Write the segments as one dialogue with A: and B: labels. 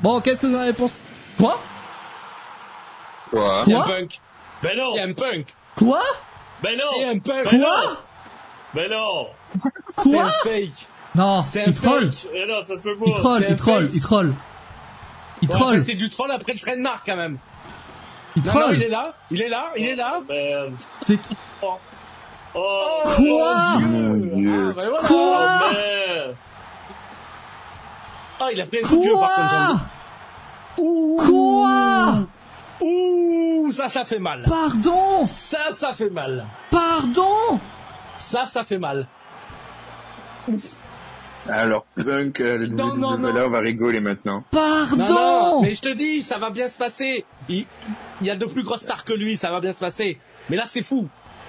A: Bon, qu'est-ce que vous en avez pensé Quoi
B: Quoi
A: Quoi
C: Punk.
D: Ben non!
C: CM Punk.
A: Quoi
D: Ben non!
C: CM Punk.
D: Ben non.
A: Quoi
D: Ben non!
C: C'est
A: Quoi
C: un fake.
A: Non,
C: C'est
A: il
C: un
A: troll.
C: fake.
D: Ben non, ça se peut
A: Il
D: pas!
A: troll,
C: C'est
A: il
C: un
A: troll,
C: fake.
A: il troll. Il
C: Bon, après,
A: troll,
C: c'est du troll après le trademark quand même.
A: il
C: Non, non, il
A: troll.
C: est là, il est là, il est là.
D: Merde!
A: C'est
D: Ah, Oh!
A: Quoi
B: Mon
C: Ah,
B: Dieu.
C: ben voilà.
A: Quoi
D: Merde!
C: Ah, il a pris un coup de vieux par contre.
A: Quoi Quoi
C: Ouh, ça, ça fait mal.
A: Pardon
C: Ça, ça fait mal.
A: Pardon
C: Ça, ça fait mal.
B: Alors, Punk, euh, le
C: Non, non, non.
B: WWE, là, on va rigoler maintenant.
C: Non, non,
A: Pardon
C: mais je te dis, ça va bien se passer. Il, il y a de plus grosses stars que lui, ça va bien se passer. Mais là, c'est fou.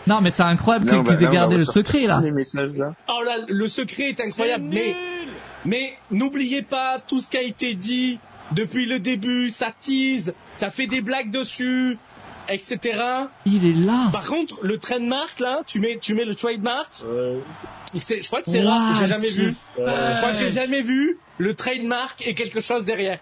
A: Non mais c'est incroyable
B: Là, on
A: qu'ils
B: va-
A: qu'ils
B: là,
A: aient
B: on va
A: gardé le
B: ressortir
A: secret là.
B: tous Ah. Les messages, là.
C: Oh là, le secret est incroyable. Mais, mais n'oubliez pas tout ce qui a été dit depuis le début. Ça tease, ça fait des blagues dessus, etc.
A: Il est là.
C: Par contre, le trademark là, tu mets, tu mets le trademark.
D: Ouais.
C: c'est- Je crois que c'est rare, que j'ai jamais vu. Euh, Je crois que j'ai jamais vu le trademark et quelque chose derrière.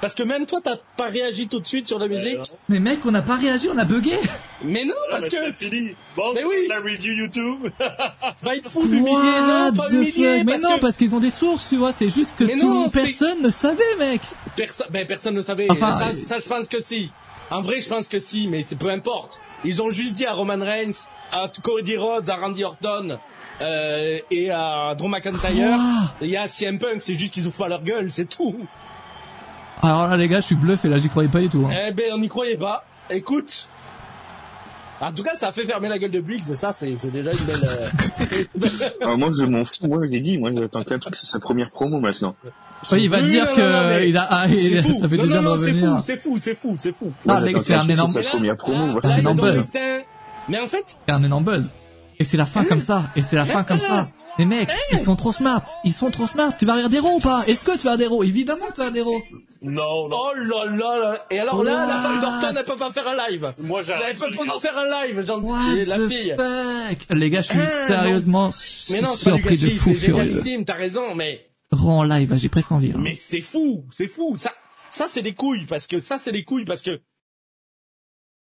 C: Parce que même toi, t'as pas réagi tout de suite sur la
D: Euh,
C: musique.
A: Mais mec, on n'a pas réagi, on a bugué.
C: Mais non,
D: Ah,
C: parce
D: mais
C: que
D: c'est fini! Bon,
C: Mais
D: c'est
C: oui.
D: la review YouTube!
C: va être fou d'humilier, non,
A: What
C: pas
A: the
C: humilier,
A: fuck Mais
C: parce
A: non,
C: que
A: parce qu'ils ont des sources, tu vois. C'est juste que
C: Mais
A: tout
C: non, c'est-
A: personne ne savait, mec.
C: perso- ben, personne ne savait.
A: Enfin,
C: ça,
A: euh,
C: ça, je pense que si. En vrai, je pense que si, mais c'est peu importe. Ils ont juste dit à Roman Reigns, à Cody Rhodes, à Randy Orton euh, et à Drew McIntyre,
A: Quoi
C: il y a CM Punk, c'est juste qu'ils ouvrent pas leur gueule, c'est tout.
A: Alors là, les gars, je suis bluffé. Là, j'y croyais pas du tout. hein.
C: Eh ben, on n'y croyait pas. Écoute. En tout cas, ça a fait fermer la gueule de Biggs, et ça, c'est c'est déjà une belle... euh,
B: Ah, moi, je m'en fous. Moi, je l'ai dit. Moi, j'attends qu'un truc. C'est sa première promo maintenant.
A: Oui, il va
C: Oui,
A: dire
C: non,
A: que
C: non, non, mais
A: il a. ah,
C: C'est
A: il-
C: fou.
A: ça fait
C: non,
A: du bien
C: non,
A: de
C: non, c'est
A: revenir.
C: fou, c'est fou, c'est fou, c'est fou.
A: Ah,
B: Moi,
A: mec,
B: j'attends
A: c'est
B: qu'un
A: un
B: truc,
A: énorme-
B: C'est sa première promo.
C: là,
B: voilà.
A: un
C: ils ont
A: énorme buzz.
C: juste un- Mais en fait,
A: C'est un énorme buzz. Et c'est la
C: Hein
A: fin comme ça. Et c'est la fin comme ça. Les mecs, ils sont trop smart. Ils sont trop smart. Tu vas rire des ronds ou pas Est-ce que tu vas rire des ronds Évidemment que tu vas rire des ronds.
D: Non, non!
C: oh là là là. Et alors là, la femme
A: What
C: d'Orton, elle peut pas faire un live.
D: Moi, j'ai
C: Elle peut pas en faire un live, j'en
A: What
C: la
A: the
C: fille.
A: fuck Les gars, je suis
C: Ah,
A: sérieusement
C: Mais non, c'est pas du
A: surpris de
C: gâchis,
A: fou
C: c'est
A: furieux.
C: génialissime, t'as raison, mais...
A: Rends en live, j'ai presque envie. hein. là.
C: Mais c'est fou, c'est fou. Ça, ça c'est des couilles, parce que ça, c'est des couilles, parce que...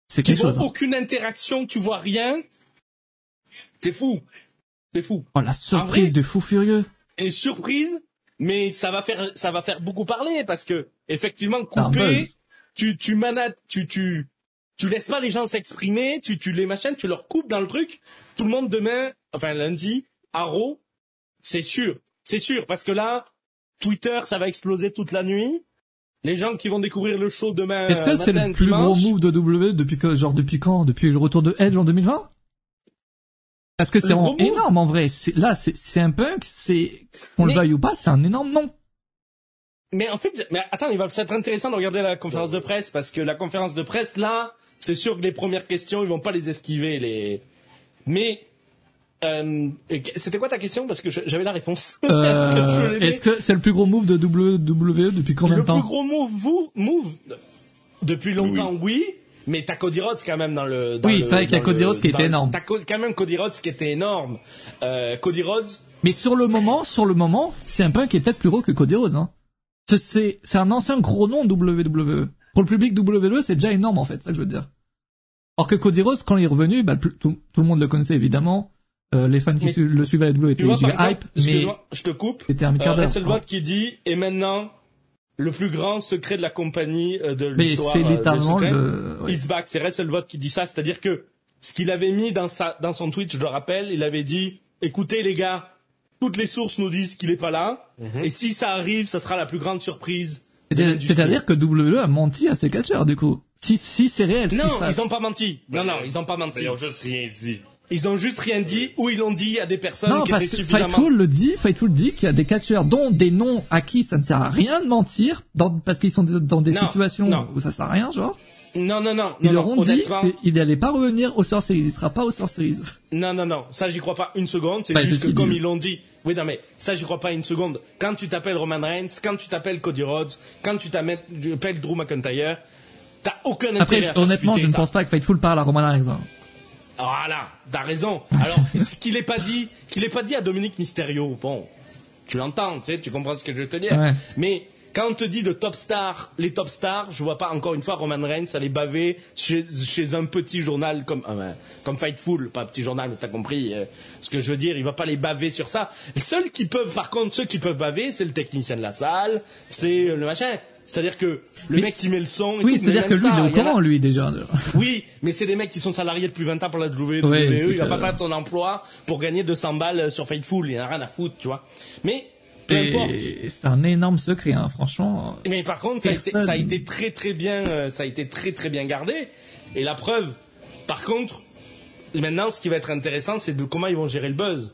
A: C'est
C: Ils
A: quelque
C: n'ont
A: chose. hein.
C: aucune interaction, tu vois rien. C'est fou. C'est fou.
A: Oh la surprise de
C: vrai
A: fou furieux.
C: Et surprise, mais ça va faire, ça va faire beaucoup parler parce que, effectivement,
A: Un
C: couper,
A: buzz.
C: tu, tu manas, tu, tu, tu laisses pas les gens s'exprimer, tu, tu les machines, tu leur coupes dans le truc. Tout le monde demain, enfin lundi, à Raw, c'est sûr. C'est sûr parce que là, Twitter, ça va exploser toute la nuit. Les gens qui vont découvrir le show demain.
A: Est-ce que
C: euh,
A: c'est
C: matin,
A: le plus gros
C: dimanche,
A: move de W depuis que, genre depuis quand Depuis le retour de Edge en 2020 Parce que c'est
C: Le
A: vraiment
C: gros move
A: énorme en vrai. C'est- Là, c'est c'est un punk, c'est qu'on le
C: Mais-
A: veuille ou pas, c'est un énorme nom.
C: Mais en fait, je- mais attends, il va être intéressant de regarder la conférence de presse parce que la conférence de presse là, c'est sûr que les premières questions, ils vont pas les esquiver les. Mais euh, c'était quoi ta question Parce que je- j'avais la réponse. Est-ce que je
A: Euh,
C: l'ai
A: Est-ce que c'est le plus gros move de WWE depuis combien
C: le
A: de
C: plus
A: temps
C: gros move, vous, move depuis longtemps, oui. mais t'as Cody Rhodes quand même dans le. dans
A: Oui,
C: le-
A: c'est vrai qu'il y a
C: dans
A: Cody
C: le-
A: Rhodes qui
C: dans
A: était
C: le-
A: énorme.
C: T'as co- quand même Cody Rhodes qui était énorme. Euh, Cody Rhodes,
A: Mais sur le moment, sur le moment, c'est un punk qui est peut-être plus gros que Cody Rhodes. Hein. C'est- C'est c'est un ancien gros nom WWE. E. Pour le public WWE, c'est déjà énorme en fait, c'est ça que je veux dire. Or que Cody Rhodes, quand il est revenu, bah, le plus- tout, tout le monde le connaissait évidemment. Euh, les fans qui
C: Mais-
A: su- le suivaient à la WWE
C: tu
A: étaient
C: vois, par
A: giga hype,
C: exemple,
A: mais
C: excuse-moi, je te coupe.
A: c'était un
C: Euh,
A: quart d'heure.
C: Hasselblad qui dit et maintenant le plus grand secret de la compagnie euh, de
A: Mais
C: l'histoire.
A: c'est
C: euh, le
A: littéralement
C: secret,
A: le... oui.
C: Is back. C'est Hasselblad qui dit ça, c'est-à-dire que ce qu'il avait mis dans sa dans son tweet, je le rappelle, il avait dit écoutez les gars, toutes les sources nous disent qu'il est pas là
D: Mhm.
C: et si ça arrive, ça sera la plus grande surprise.
A: C'est- C'est-à-dire que WWE a menti à ses catcheurs du coup. Si, si c'est réel ce qui se
C: Non,
A: passe.
C: ils ont pas menti. Non, non, ils ont pas menti.
D: Ils ont juste rien dit.
C: Ils ont juste rien dit ou ils l'ont dit à des personnes
A: Non,
C: qui
A: parce
C: étaient
A: que
C: suffisamment.
A: Fightful le dit, Fightful dit qu'il y a des catcheurs dont des noms à qui ça ne sert à rien de mentir, dans- parce qu'ils sont dans des
C: Non,
A: situations
C: non.
A: où ça sert à rien, genre.
C: Non, non, non.
A: Ils
C: non,
A: leur
C: non,
A: ont dit
C: honnêtement,
A: qu'il n'allait pas revenir aux Series, il sera pas aux Series.
C: Non, non, non, ça j'y crois pas une seconde, c'est
A: Bah, c'est ce
C: juste que
A: qu'ils
C: comme
A: disent.
C: ils l'ont dit, oui, non, mais ça j'y crois pas une seconde. Quand tu t'appelles Roman Reigns, quand tu t'appelles Cody Rhodes, quand tu t'appelles tu t'appelles Drew McIntyre, t'as aucun
A: Après,
C: intérêt
A: je-
C: à faire
A: honnêtement,
C: fuiter
A: je ne
C: ça.
A: pense pas que Fightful parle à Roman Reigns. hein.
C: Voilà, t'as raison. Alors, ce qu'il est pas dit, qu'il est pas dit à Dominique Mysterio, bon, tu l'entends, tu sais, tu comprends ce que je veux te dire.
A: Ouais.
C: Mais Quand on te dit de top star, les top stars, je vois pas encore une fois Roman Reigns aller baver chez, chez un petit journal comme euh, comme Fightful, pas petit journal, mais t'as compris euh, ce que je veux dire. Il va pas les baver sur ça. Les seuls qui peuvent, par contre, ceux qui peuvent baver, c'est le technicien de la salle, c'est euh, le machin. C'est-à-dire que le
A: Mais
C: mec qui met le son.
A: Oui,
C: et tout, mais
A: c'est-à-dire que
C: même
A: lui,
C: ça,
A: il est au
C: y en a-
A: courant, lui, déjà.
C: oui, mais c'est des mecs qui sont salariés depuis 20 ans pour la WWE.
A: Ouais, c'est
C: il va pas
A: clair.
C: perdre son emploi pour gagner 200 balles sur Fightful. Il en a rien à foutre, tu vois. Mais, peu importe.
A: Et c'est un énorme secret, hein, franchement.
C: Mais par contre, ça a, été,
A: Personne.
C: ça a été très très bien, euh, ça a été très très bien gardé. Et la preuve, par contre, maintenant, ce qui va être intéressant, c'est de comment ils vont gérer le buzz.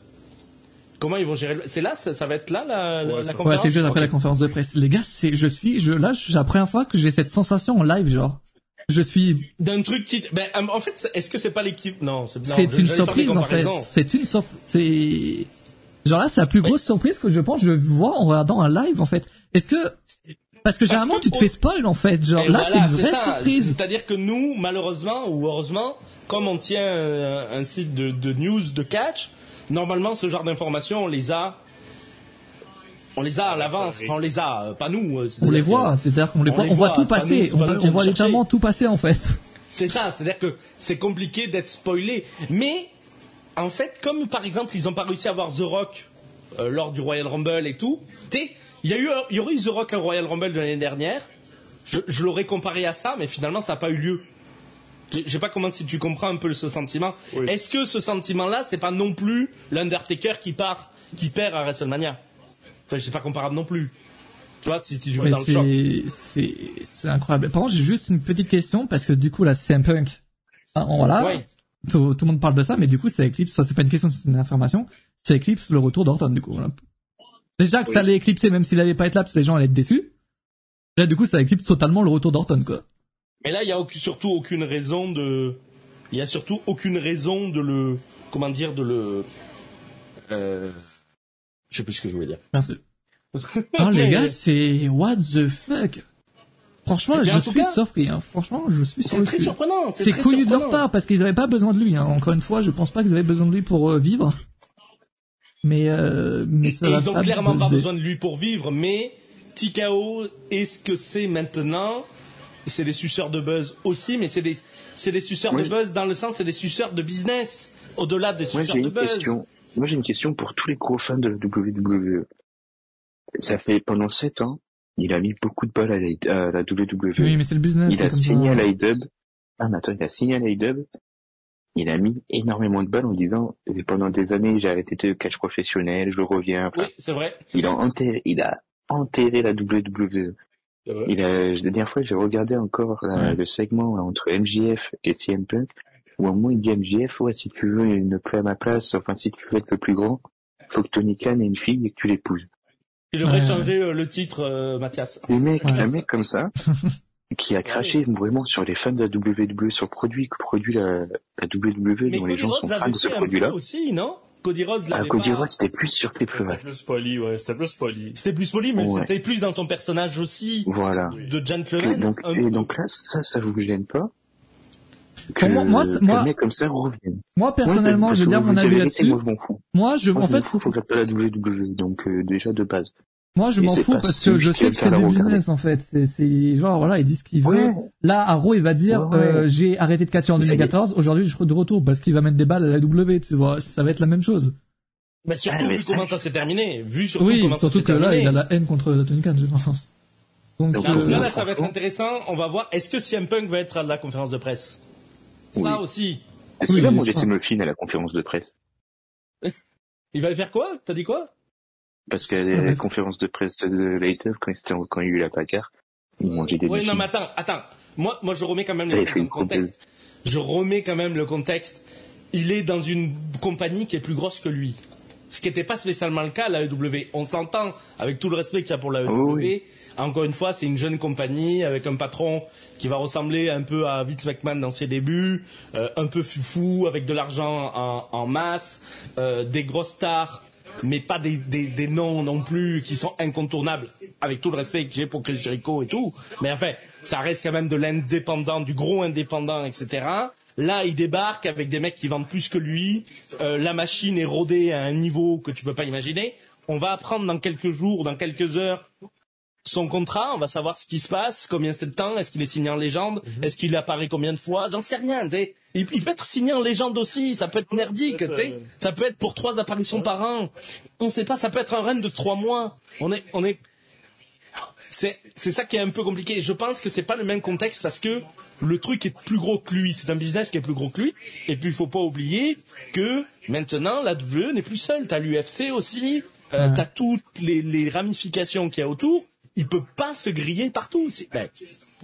C: Comment ils vont gérer le C'est là, ça, ça va être là la, la
D: Ouais, ça-
A: Ouais,
C: conférence.
A: c'est juste après
C: Ok.
A: la conférence de presse. Les gars, c'est, je suis, je, là, c'est la première fois que j'ai cette sensation en live, genre. Je suis,
C: D'un truc qui, ben, euh, en fait, est-ce que c'est pas l'équipe Non, c'est non,
A: c'est
C: je-
A: une
C: j'allais faire des
A: surprise, en fait.
C: comparaisons.
A: C'est une surprise, c'est, genre là, c'est la plus
C: Oui.
A: grosse surprise que je pense que je vois en regardant un live, en fait. Est-ce que, parce que généralement,
C: que
A: tu te
C: pour-
A: fais spoil, en fait. Genre,
C: Et
A: là,
C: voilà,
A: c'est une vraie
C: ça.
A: surprise.
C: C'est-à-dire que nous, malheureusement ou heureusement, comme on tient euh, un, site de, de news de catch, normalement ce genre d'informations, on les a, on les a à l'avance.
D: Ah, ça arrive.
C: Enfin, on les a, euh, pas nous. euh,
A: On
C: c'est-à-dire
A: les
C: que-
A: voit, c'est-à-dire qu'on les
C: on
A: voit,
C: les
A: on voit
C: voit,
A: tout
C: c'est pas nous,
A: passer,
C: c'est
A: on
C: pas nous
A: voit-
C: qui
A: on voit
C: allons
A: littéralement
C: chercher.
A: tout passer, en fait.
C: C'est ça, c'est-à-dire que c'est compliqué d'être spoilé. Mais en fait, comme par exemple ils ont pas réussi à avoir The Rock euh, lors du Royal Rumble et tout, tu sais, il y a eu, un- il y aurait eu The Rock au Royal Rumble de l'année dernière. Je, je l'aurais comparé à ça, mais finalement ça n'a pas eu lieu. Je je sais pas comment si tu comprends un peu ce sentiment.
D: Oui.
C: Est-ce que ce sentiment-là, c'est pas non plus l'Undertaker qui part, qui perd à WrestleMania Enfin, c'est pas comparable non plus. Tu vois, si, si tu veux
A: Mais
C: dans le choc.
A: c'est, c'est, c'est incroyable. Par contre, j'ai juste une petite question parce que du coup, la CM Punk, ah, on- voilà,
C: Ouais.
A: tout, tout le monde parle de ça, mais du coup, ça éclipse, ça c'est pas une question, c'est une information, ça éclipse le retour d'Orton, du coup. voilà. Déjà que ça allait éclipser, même s'il allait pas être là, parce que les gens allaient être déçus. Là, du coup, ça éclipse totalement le retour d'Orton, quoi.
C: Mais là, il y a aucune- surtout aucune raison de. Il y a surtout aucune raison de le. Comment dire de le. Euh... Je sais plus ce que je voulais dire.
A: Merci. Ah, les gars, c'est, what the fuck? Franchement,
C: Eh bien,
A: je
C: en tout
A: suis
C: cas,
A: surpris, hein. Franchement, je suis sur
C: c'est
A: le
C: très
A: cul.
C: surprenant.
A: C'est
C: très
A: connu de leur
C: surprenant.
A: part parce qu'ils avaient pas besoin de lui. Hein. Encore une fois, je pense pas qu'ils avaient besoin de lui pour euh, vivre. Mais euh, mais ça
C: Et
A: va
C: ils ont
A: pas
C: clairement pas
A: buzzer.
C: besoin de lui pour vivre, mais Tikao est ce que c'est maintenant. C'est des suceurs de buzz aussi, mais c'est des, c'est des suceurs
B: Oui.
C: de buzz dans le sens, c'est des suceurs de business, au-delà des
B: Moi,
C: suceurs
B: j'ai
C: de
B: une
C: buzz.
B: question. Moi, j'ai une question pour tous les gros fans de la WWE. Ça fait pendant sept ans, il a mis beaucoup de balles à la, à la WWE.
A: Oui, mais c'est le business.
B: il
A: c'est
B: a
A: comme ça.
B: signé à l'IDUB. Ah, mais attends, il a signé à l'IDUB. Il a mis énormément de balles en disant, Et pendant des années, j'ai arrêté de catch professionnel, je reviens. Enfin,
C: Oui, c'est vrai.
B: il a enterré, il a enterré la WWE.
C: C'est vrai.
B: Il a, la dernière fois, j'ai regardé encore là,
A: Ouais.
B: le segment là, entre MJF et CM Punk, où au moins il dit à MJF, ouais, si tu veux une plaie à ma place, enfin, si tu veux être le plus grand, faut que Tony Khan ait une fille et que tu l'épouses.
C: Il devrait
A: Ouais.
C: changer euh, le titre, euh, Mathias.
B: Le mec,
A: Ouais.
B: un mec comme ça, qui a craché vraiment sur les fans de la WWE, sur le produit que produit la, la WWE,
C: Mais
B: dont les
C: Cody
B: gens sont
C: Rhodes
B: fans
C: avait
B: de ce
C: fait un
B: produit-là.
C: peu aussi, non Cody Rhodes
B: Ah,
C: l'avait
B: Cody
C: pas...
B: Rhodes, c'était plus surpris que
D: C'était
B: vache.
D: plus poli, ouais. C'était plus poli.
C: C'était plus poli, mais
B: Ouais.
C: c'était plus dans son personnage aussi
B: Voilà.
C: de
B: Et
C: gentleman.
B: donc,
C: un
B: et
C: peu.
B: donc là, ça, ça vous gêne pas que,
A: Pour moi- moi, c'est-
B: qu'un
A: moi-
B: mec comme ça revienne.
A: Moi personnellement,
B: Ouais,
A: je vais dire
B: parce que
A: mon
B: la
A: avis
B: vérité,
A: là-dessus.
B: Moi, je m'en fous.
A: Moi, je
B: Moi,
A: en
B: je m'en
A: fait,
B: fous, faut que j'appelle la WWE, donc euh, déjà de base.
A: moi je
B: Et
A: m'en
B: c'est
A: fous
B: pas
A: parce que je
B: si je tiens
A: sais
B: à
A: que
B: faire
A: c'est
B: la
A: du
B: regarder.
A: business en fait. C'est c'est genre voilà, ils disent ce qu'ils veulent. Là, Arro, il va dire,
B: Ouais.
A: euh, j'ai arrêté de catcher en
B: C'est-
A: 2014. Aujourd'hui, je suis de retour parce qu'il va mettre des balles à la W. Tu vois, ça va être la même chose.
C: Mais Bah, surtout
B: Ah, mais
C: vu
B: ça,
C: comment
B: je-
C: ça s'est terminé, vu surtout
A: Oui,
C: comment ça
A: surtout
C: s'est
A: que là,
C: terminé.
A: il a la haine contre Tony Khan, je pense. Donc,
B: Donc,
C: Là,
A: euh,
C: là, là, ça va être
B: franchement.
C: intéressant. On va voir. Est-ce que CM Punk va être à la conférence de presse Ça
B: Oui.
C: aussi.
B: Est-ce
A: Oui,
B: qu'il va
A: mais
B: manger
A: ça-
B: ses muffins à la conférence de presse
C: Il va faire quoi T'as dit quoi
B: Parce qu'à la
A: Ouais.
B: conférence de presse de Later, quand, il s'était- quand il y a eu la bagarre, il mangeait des
C: Oui,
B: muffins.
C: non, mais attends, attends. Moi, moi, je remets quand même
B: Ça,
C: le
B: il fait une
C: contexte. Je remets quand même le contexte. Il est dans une compagnie qui est plus grosse que lui. Ce qui n'était pas spécialement le cas à la AEW. On s'entend, avec tout le respect qu'il y a pour la E AEW.
B: Oh oui.
C: Encore une fois, c'est une jeune compagnie avec un patron qui va ressembler un peu à Vince McMahon dans ses débuts, euh, un peu foufou, avec de l'argent en, en masse, euh, des grosses stars, mais pas des, des, des noms non plus qui sont incontournables, avec tout le respect que j'ai pour Chris Jericho et tout. Mais enfin, ça reste quand même de l'indépendant, du gros indépendant, etc. Là, il débarque avec des mecs qui vendent plus que lui. Euh, la machine est rodée à un niveau que tu peux pas imaginer. On va apprendre dans quelques jours, dans quelques heures, son contrat, on va savoir ce qui se passe, combien c'est de temps, est-ce qu'il est signé en légende, est-ce qu'il apparaît combien de fois, j'en sais rien, tu sais. Il, il peut être signé en légende aussi, ça peut être merdique, tu sais. Ça peut être pour trois apparitions par an. On sait pas, ça peut être un run de trois mois. On est, on est, c'est, c'est ça qui est un peu compliqué. Je pense que c'est pas le même contexte parce que le truc est plus gros que lui. C'est un business qui est plus gros que lui. Et puis il faut pas oublier que maintenant la WWE n'est plus seule. T'as l'UFC aussi. Euh,
A: Ouais.
C: T'as toutes les, les ramifications qu'il y a autour. Il peut pas se griller partout. C'est- ben,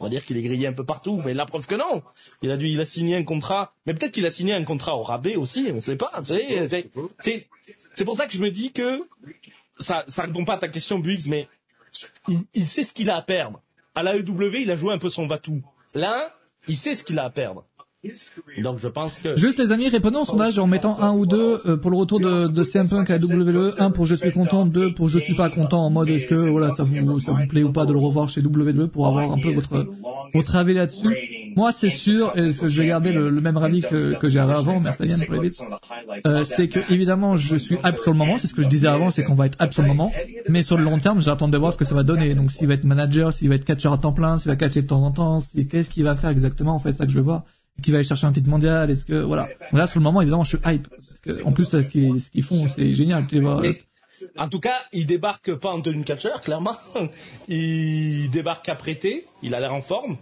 C: on va dire qu'il est grillé un peu partout, mais la preuve que non. Il a dû, il a signé un contrat. Mais peut-être qu'il a signé un contrat au rabais aussi. On sait pas. tu sais. C'est- C'est c'est pour ça que je me dis que ça, ça répond pas à ta question, Buix, mais il, il sait ce qu'il a à perdre. À la EW, il a joué un peu son va-tout. Là, il sait ce qu'il a à perdre. Donc je pense que...
A: Juste les amis, répondez
C: Oh,
A: au sondage en mettant un ou deux euh, pour le retour de, de CM Punk à WWE, un pour je suis content, deux pour je suis pas content en mode est-ce que voilà ça vous ça vous plaît ou pas de le revoir chez WWE pour avoir un peu votre votre avis là-dessus. Moi c'est sûr, et je vais garder le, le même avis que, que j'ai avant, merci Yann pour les bits. Euh, c'est que évidemment je suis hype sur le moment, c'est ce que je disais avant, c'est qu'on va être hype sur le moment, mais sur le long terme j'attends de voir ce que ça va donner. Donc s'il va être manager, s'il va être catcheur à temps plein, s'il va catcher de temps en temps, si- qu'est-ce qu'il va faire exactement en fait, c'est ça que je veux voir. Est-ce qu'il va aller chercher un titre mondial Est-ce que voilà Là sur le moment évidemment je suis hype. Parce que, en plus ce qu'ils ce qu'ils font c'est génial, tu vois.
C: Mais- En tout cas, il débarque pas en tenue de catcheur, clairement. Il débarque apprêté, il a l'air en forme.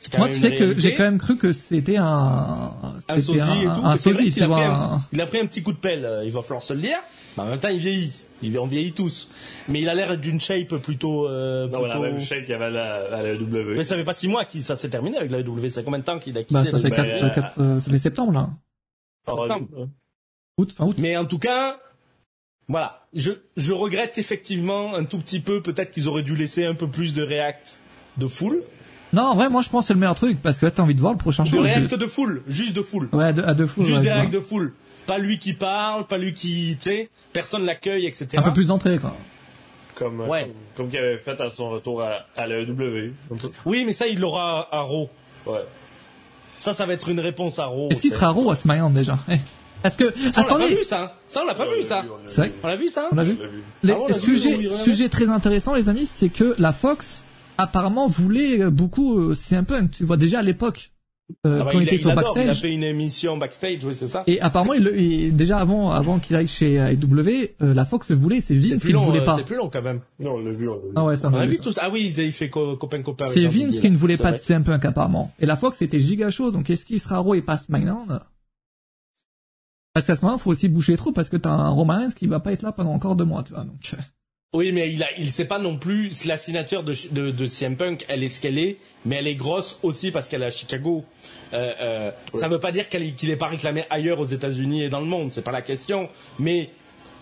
C: C'est quand
A: Moi
C: même
A: tu
C: une
A: sais que
C: réalité.
A: j'ai quand même cru que c'était un
C: un
A: c'était
C: sosie et tout.
A: un
C: C'est vrai
A: sosie,
C: qu'il
A: tu
C: a
A: vois. hein.
C: pris un-
A: un-
C: il a pris un petit coup de pelle, euh, il va falloir se le dire. Mais en même temps, il vieillit. Il, on vieillit tous. Mais il a l'air d'une shape plutôt... euh,
D: Non, voilà,
C: plutôt-
D: même chèque qu'il y avait à la, à la W.
C: Mais ça fait pas six mois que ça s'est terminé avec la W. Ça fait combien de temps qu'il a quitté
A: Bah ça
C: la
A: fait
D: bah,
A: quatre,
D: euh,
A: quatre, euh, ça fait septembre là. Août, fin août.
C: Mais en tout cas, voilà. Je, je regrette effectivement un tout petit peu, peut-être qu'ils auraient dû laisser un peu plus de React de full.
A: Non, en vrai, moi, je pense que c'est le meilleur truc parce que là, t'as envie de voir le prochain
C: De
A: show.
C: React de full, juste de full.
A: Ouais, à deux, à deux fois. Ah,
C: Juste
A: ouais,
C: des
A: je vois.
C: React de full. Pas lui qui parle, pas lui qui, tu sais, personne l'accueille, etc.
A: Un peu plus d'entrée, quoi.
D: Comme, euh,
C: Ouais.
D: comme, comme qu'il avait fait à son retour à, à la W.
C: Oui, mais ça, il l'aura à Raw.
D: Ouais.
C: Ça, ça va être une réponse à Raw.
A: Est-ce qu'il
C: ça.
A: sera raw à SmackDown déjà Eh. Parce que,
C: Ah, Ça, on l'a pas
A: attendez,
C: vu, ça. hein. Ça, on l'a pas
D: On l'a
C: vu,
D: on
C: ça.
D: l'a
A: C'est vrai
D: vu.
C: On l'a vu, ça.
A: on l'a vu
D: On l'a vu.
A: Les
C: Ah bon, on l'a vu,
A: sujets,
C: oui, oui, oui.
A: sujet très intéressant, les amis, c'est que la Fox apparemment voulait euh, beaucoup euh, CM Punk. Tu vois déjà à l'époque euh,
C: Ah bah,
A: quand il
C: il, a,
A: était
C: il
A: sur
C: adore, il a
A: backstage.
C: fait une émission backstage, oui, c'est ça.
A: Et apparemment, il, le- il- déjà avant, avant qu'il aille chez AEW, euh, la Fox voulait, c'est Vince qui ne voulait
C: euh,
A: pas.
C: c'est plus long quand même.
D: Non, on l'a vu, on l'a vu.
A: Ah ouais, ça on
C: On
A: a
C: a
A: vu
C: vu
A: ça.
C: tous. Ah oui, il fait co- copain copain. avec
A: C'est
C: Andy
A: Vince
C: Gill.
A: qui ne voulait
C: C'est
A: pas
C: vrai.
A: de CM Punk apparemment. Et la Fox était giga chaud, donc est-ce qu'il sera Raw et pas SmackDown Parce qu'à ce moment-là, faut aussi boucher les trous parce que t'as un Roman Reigns qui va pas être là pendant encore deux mois, tu vois. Donc, euh,
C: Oui, mais il a, il sait pas non plus si la signature de, de, de CM Punk, elle est ce qu'elle est, mais elle est grosse aussi parce qu'elle est à Chicago. Euh, euh, Ça veut pas dire qu'elle est- qu'il est pas réclamé ailleurs aux États-Unis et dans le monde, c'est pas la question. Mais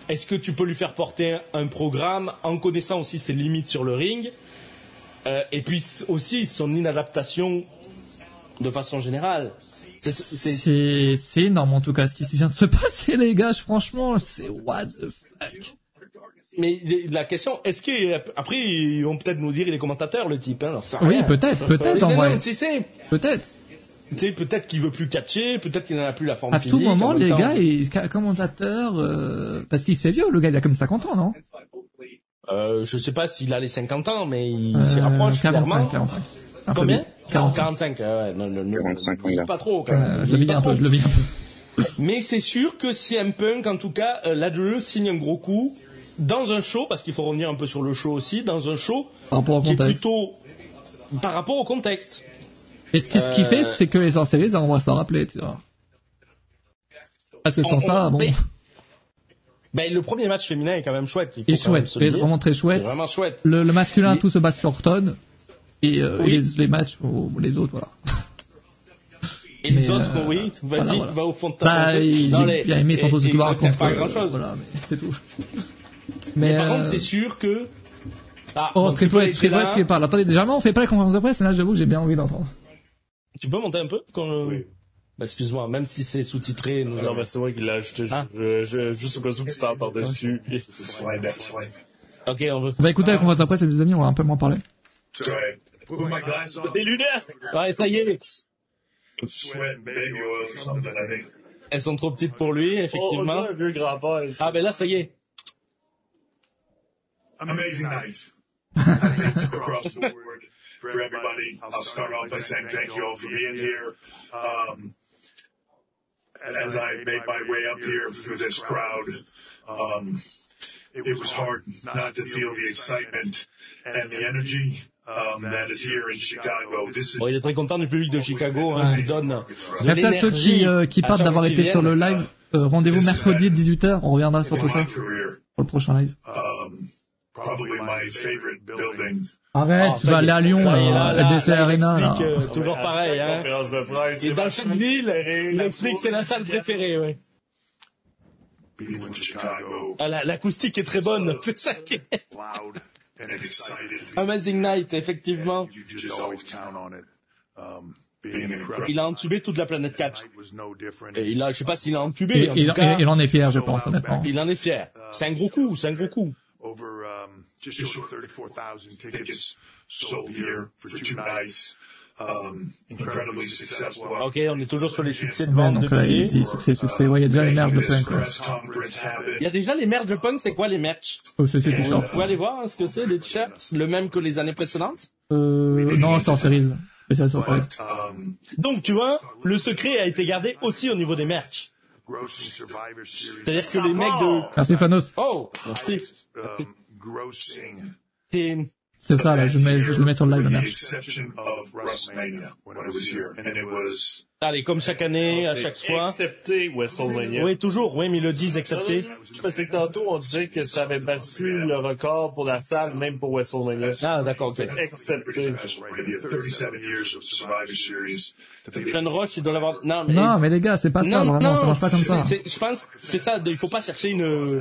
C: est-ce que tu peux lui faire porter un, un programme en connaissant aussi ses limites sur le ring euh, et puis s- aussi son inadaptation de façon générale. C'est- c'est-
A: c'est c'est énorme en tout cas ce qui vient de se passer, les gars. Je- Franchement, c'est what the fuck.
C: Mais la question, est-ce que après ils vont peut-être nous dire les commentateurs le type, hein, j'en sais
A: Oui,
C: rien.
A: peut-être,
C: Mais
A: peut-être en
C: non,
A: vrai,
C: Tu sais,
A: peut-être.
C: tu sais, peut-être qu'il veut plus catcher, peut-être qu'il n'en a plus la forme
A: À
C: physique.
A: tout moment,
C: en même
A: les
C: temps.
A: gars, et ca- commentateur, euh, parce qu'il se fait vieux, le gars, il a comme 50 ans, non
C: Euh, je sais pas s'il a les 50 ans, mais il
A: Euh,
C: s'y rapproche
A: 45,
C: clairement.
A: 45. Un peu
C: Combien
A: vieux. 45.
C: 45, ouais, non, non, non,
B: 45,
C: oublie
B: là.
C: Pas trop, quand même.
A: Euh, je le
C: Oublie
A: vis
C: pas
A: un peu,
C: trop.
A: je le vis un peu.
C: Mais c'est sûr que CM Punk, en tout cas, euh, la WWE signe un gros coup dans un show, parce qu'il faut revenir un peu sur le show aussi, dans un show
A: Par rapport au
C: qui est
A: contexte.
C: plutôt par rapport au contexte.
A: Et ce qui- ce qu'il
C: Euh,
A: fait, c'est que les sorcelleries, on va s'en rappeler, tu vois. Parce que sans
C: On-
A: ça,
C: on-
A: bon,
C: mais- Ben, le premier match féminin est quand même chouette. Il faut
A: il est
C: quand même
A: chouette,
C: se
A: il
C: le
A: est
C: dire.
A: vraiment très
C: Il est
A: chouette.
C: vraiment chouette.
A: Le, le masculin,
C: Mais-
A: tout se base sur Orton, et, euh, et
C: Oui.
A: les, les matchs, oh, les autres, voilà.
C: Et les
A: Mais,
C: autres,
A: euh,
C: oui, vas-y,
A: voilà, voilà.
C: va au fond de ta
A: Bah,
C: pensée.
A: j'ai
C: Non, les-
A: bien aimé
C: et-
A: Santos
C: et
A: Escobar
C: ça sert
A: contre,
C: pas à
A: euh,
C: grand-chose.
A: voilà, mais c'est tout.
C: Mais
A: Mais,
C: par
A: euh,
C: contre, c'est sûr que... Ah,
A: oh,
C: donc,
A: Triple
C: tu peux
A: H, Triple
C: aller
A: H qui parle. Attendez, déjà, on fait pas la conférence de presse, mais là, j'avoue que j'ai bien envie d'entendre.
C: là. Tu peux monter un peu quand...
D: Oui.
C: Bah, excuse-moi, même si c'est sous-titré... nous-
D: Non, mais c'est moi qui l'ai ajouté. je-
C: Ah.
D: je- je- juste au cas où tu parles par-dessus.
E: Slide that slide.
C: Ok, on veut...
A: On va écouter la conférence de presse, les amis, on va un peu moins parler.
E: Sorry. Put my glass on.
D: Les lunettes!
C: Ouais, ça y est,
E: Sweat and baby oil or something, I think.
C: elles sont trop petites pour lui,
D: Oh, on
C: effectivement. ben
D: a un vieux grand-père. ici.
C: Ah, ben là, ça y est.
E: Amazing night. I think across the board for everybody. I'll start off by saying thank you all for being here. Um, as I made my way up here through this crowd, um, it was hard not to feel the excitement and the energy um, that is here in Chicago. This is
C: Bon, il est très content du public de Chicago, hein,
A: Ouais.
C: il donne.
E: This
A: Merci à ceux qui, euh, qui
C: à
A: partent
C: ceux
A: d'avoir
C: qui
A: été sur le
C: viennent.
A: live. Euh, Rendez-vous
E: This
A: mercredi
E: is-
A: 18h. On reviendra sur
E: is
A: tout
E: my
A: ça
E: career,
A: pour le prochain live.
E: um, probably my favorite building.
A: Arrête,
C: Ah,
A: tu
C: ça
A: vas
C: y est.
A: aller à Lyon,
C: Ça y est,
A: là,
C: là,
A: LDC
C: là, là, il
A: Arena.
C: explique,
A: là.
C: euh, toujours
D: À
C: pareil,
D: chaque
C: hein.
D: conférence de presse,
C: Et
D: c'est
C: dans
D: ma
C: chaque ville,
D: préférée,
C: il
D: la
C: explique que
D: bouffe.
C: c'est la salle préférée, ouais.
E: People in Chicago,
C: Ah, la- L'acoustique est très bonne, c'est ça qui est.
E: loud and excited.
C: Amazing Night, effectivement.
E: You just always count on it. Um, being
C: Il
E: incredible.
C: a entubé toute la planète catch.
E: Tonight was no different.
C: Et il a, je sais pas s'il a entubé,
A: Il,
C: en
A: il-
C: tout cas,
A: il en est fier, je pense, honnêtement.
C: il en est fier. Ah, C'est un gros coup, c'est un gros coup.
F: over um, just short of 34,000 tickets
E: Tickets sold here for two nights. Um, incredibly successful.
C: Ok, euh, on est toujours sur les succès de
A: Ouais,
C: vente de
A: donc là, il
C: billets.
A: dit succès, succès. Ouais, il y a déjà les merdes de
E: Making this
A: punk.
E: press conference habit.
C: Il y a déjà les merch de punk, c'est quoi les merch
A: Euh, c'est c'est
E: Ouais.
A: t-shirt.
C: Vous pouvez aller voir hein, ce que c'est, les t-shirts, le même que les années précédentes.
A: Euh, non, Sorceries. Spécial Sorceries.
E: But, um,
C: Donc, tu vois, le secret a été gardé aussi au niveau des merch.
F: gross and Survivor Series.
C: C'est-à-dire que les mecs de...
A: Merci Fanos.
C: Oh, merci.
F: Um, grossing
C: C'est-
A: C'est ça, là, je le mets, je le mets sur le live,
E: with
A: là.
E: the exception of WrestleMania when it was here, and it was
C: Allez, comme chaque année, à
D: C'est
C: chaque fois.
D: Excepté WrestleMania.
C: Oh, Oui, toujours, oui, mais ils le disent,
D: Non,
C: excepté.
D: non, non, Parce que tantôt, on disait que ça avait battu le record pour la salle, même pour WrestleMania.
C: Ah, d'accord, ok.
D: Excepté.
E: WrestleMania, 37 years of Survivor Series. that they
C: Glenn Rush, il doit l'avoir... Non, mais...
A: Non, mais les gars, c'est pas ça, vraiment, ça marche pas comme ça.
C: c'est- c'est- Je pense, c'est ça, il faut pas chercher une...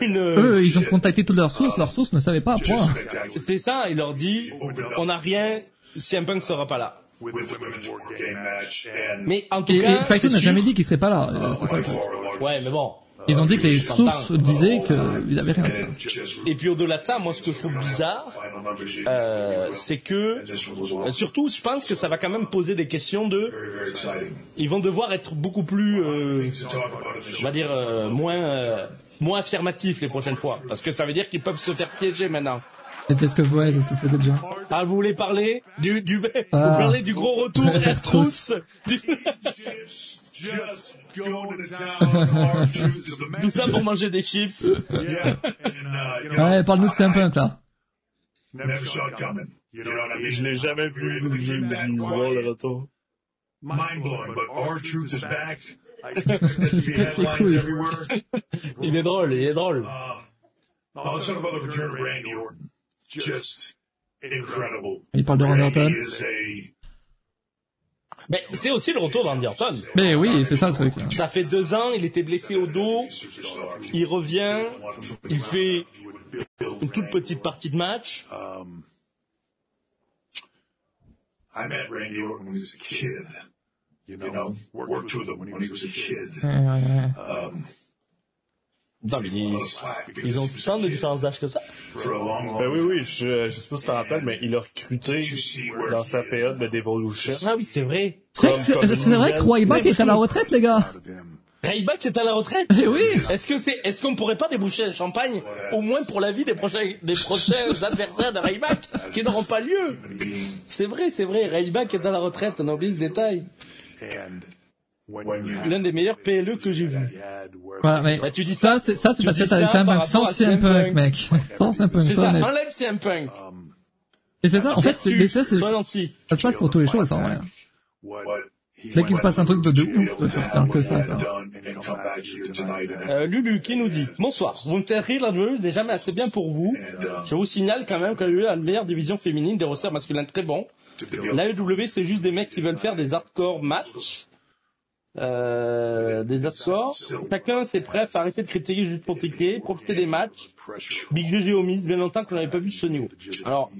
C: une
A: Eux, ils ont contacté toutes leurs sources, leurs sources ne savaient pas,
E: Just
A: point.
E: spectacular.
C: C'était ça, il leur dit, on n'a rien si un punk sera pas là.
E: With the women's war game match and
C: Mais en tout
A: Et, et
C: cas,
A: Faison
C: c'est Ah,
A: n'a
C: sûr-
A: jamais dit qu'il serait pas là. euh, c'est ça.
E: by far a large
C: Ouais, mais bon.
A: Ils ont dit que les sources
C: J'entends.
A: disaient qu'ils avaient rien.
E: and just
C: Et puis au-delà de ça, moi, ce que je trouve bizarre,
E: final numbers you-
C: euh, c'est que,
E: this one was all
C: euh, surtout, je pense que ça va quand même poser des questions de,
E: very, very exciting.
C: ils vont devoir être beaucoup plus, euh,
E: To talk about it,
C: on va dire, euh, moins, euh, moins affirmatifs les prochaines fois, parce que ça veut dire qu'ils peuvent se faire piéger maintenant.
A: Et c'est ce que je voyais, c'est ce que je faisais déjà.
C: Ah, vous voulez parler du, du, vous
A: Ah.
C: parlez du gros retour Air Trousse, du,
E: just go to the town. Our truth is the
C: tout
E: man.
C: ça pour manger des chips.
E: Yeah. And, uh, you know,
A: Ouais, parle-nous de Simpunk, là.
E: never saw it coming. You know what I
D: Et
E: mean?
D: je l'ai jamais vu,
E: Really
D: je
E: keep that
D: l'ai vu voir
E: quiet.
D: le retour.
E: mind blowing, but our truth is back.
F: I expect
E: There should be headlines
A: cool.
E: everywhere.
C: Il est drôle, il est drôle.
E: Um, I'll talk about the return of Randy Orton. Just incredible.
A: Il parle de Randy
E: Randy
A: Orton.
E: is a
C: Mais c'est aussi le retour d'Andy Orton.
A: Mais oui, c'est ça le truc.
C: Ça fait deux ans, il était blessé au dos,
E: superstar.
C: il revient, il fait
E: You would build
C: une toute
E: Randy.
C: petite partie de match.
E: Um, I met Randy Orton when he was a kid. You know, worked with him when he was a kid.
A: Ouais, ouais, ouais.
E: Um,
C: Non, mais ils,
E: slack because
C: ils ont
E: he was a
C: tant de
E: kid
C: différence d'âge que ça.
E: for a long, long
D: Ben oui, oui, je, je sais pas si tu t'en rappelles, mais il a recruté dans sa période de Devolution.
C: Ah oui, c'est vrai.
A: C'est vrai que c'est- c'est vrai que Royback est à la retraite, les gars.
F: of him.
C: Rayback est à la retraite.
A: Eh oui.
C: Est-ce que c'est, est-ce qu'on pourrait pas déboucher un champagne, au moins pour la vie des prochains, des prochains adversaires de Rayback, qui n'auront pas lieu?
E: being.
C: C'est vrai, c'est vrai. Rayback est à la retraite, on oublie ce détail.
F: And when,
E: When
F: you
E: you-
C: L'un des meilleurs PLE que j'ai vu.
F: had where
A: Voilà, mais
C: Bah, tu dis
A: ça, c'est ça, c'est
C: tu
A: parce que
C: dis
A: t'as les
C: ça par
A: Simpunk.
C: rapport
A: Sans
C: à Simpunk.
A: Simpunk, mec. Sans Simpunk,
C: C'est
A: c'est
C: ça,
A: honnête.
C: enlève CM Punk.
E: um,
A: Et c'est ça, en fait, c'est, mais ça, c'est,
C: Sois
A: ça
C: gentil.
A: se passe pour tous les shows, ça, en vrai.
E: What he
A: Dès qu'il se passe un truc de, de ouf,
E: would
A: de
E: have
A: faire que ça,
E: had
A: quoi.
E: done and come back here tonight and,
C: Euh, Lulu qui nous dit Bonsoir, vous me faites rire, la WWE n'est jamais assez bien pour vous.
E: and um,
C: Je vous signale quand même que la WWE a la meilleure division féminine des rosters masculins très bons.
E: to build
C: La WWE, c'est juste des mecs qui veulent faire des hardcore matchs. Euh, des hardcore. Chacun, c'est prêt à arrêter de critiquer juste pour critiquer, profiter des matchs.
F: pressure
C: Big Joe et Omis, bien longtemps qu'on n'avait pas vu ce niveau. Alors,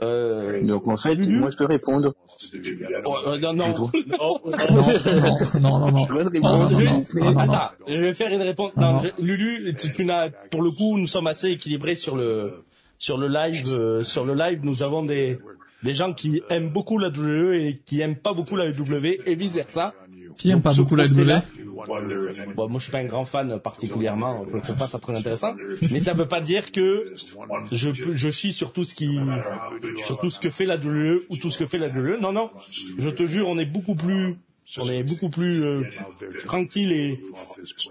C: euh,
B: Donc en fait, moi je peux répondre.
E: to do that.
C: oh, euh, non, non.
D: Oh, oh,
A: Non, non, non, non, non.
B: Je veux
A: Non, Ah, non,
B: répondre.
A: non, non, non, non, non.
C: Attends, je vais faire une réponse.
A: Non,
C: Non,
A: non.
C: je- Lulu, tu, tu n'as, pour le coup, nous sommes assez équilibrés sur le sur le live. euh, sur le live, nous avons des des gens qui aiment beaucoup la WWE et qui aiment pas beaucoup la WWE et vice versa.
A: Qui aime pas beaucoup la
C: WWE
A: W?
F: wonder if anyone
C: Bon, moi, je suis pas un grand fan particulièrement. Je trouve pas ça très intéressant. Mais ça veut pas dire que
F: is one
C: je, peux- je chie sur tout ce qui,
F: no matter how good you
C: sur
F: are.
C: tout ce que fait la WWE ou tout ce que fait la WWE. Non, non. Je te jure, on est beaucoup plus, on est beaucoup plus euh, tranquille et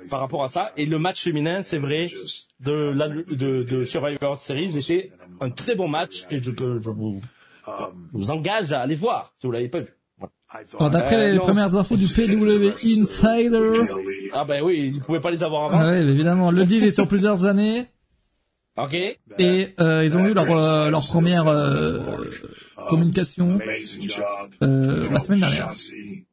C: par rapport à ça. Et le match féminin, c'est vrai, de, la, de, de Survivor Series, c'était un très bon match et je, peux- je vous, je vous engage à aller voir si vous l'avez pas vu. Voilà.
F: I
A: Alors,
F: thought
A: d'après
C: Euh,
A: les
C: non.
A: premières infos du PW Insider,
F: Kelly,
C: Ah ben oui, ils pouvaient pas les avoir
A: ah
C: avant.
A: ouais, évidemment, le deal est sur plusieurs années
C: Ok.
A: et euh, ils ont eu leur euh, leur première euh, communication
F: amazing job.
A: euh, la semaine dernière.
F: Shotzi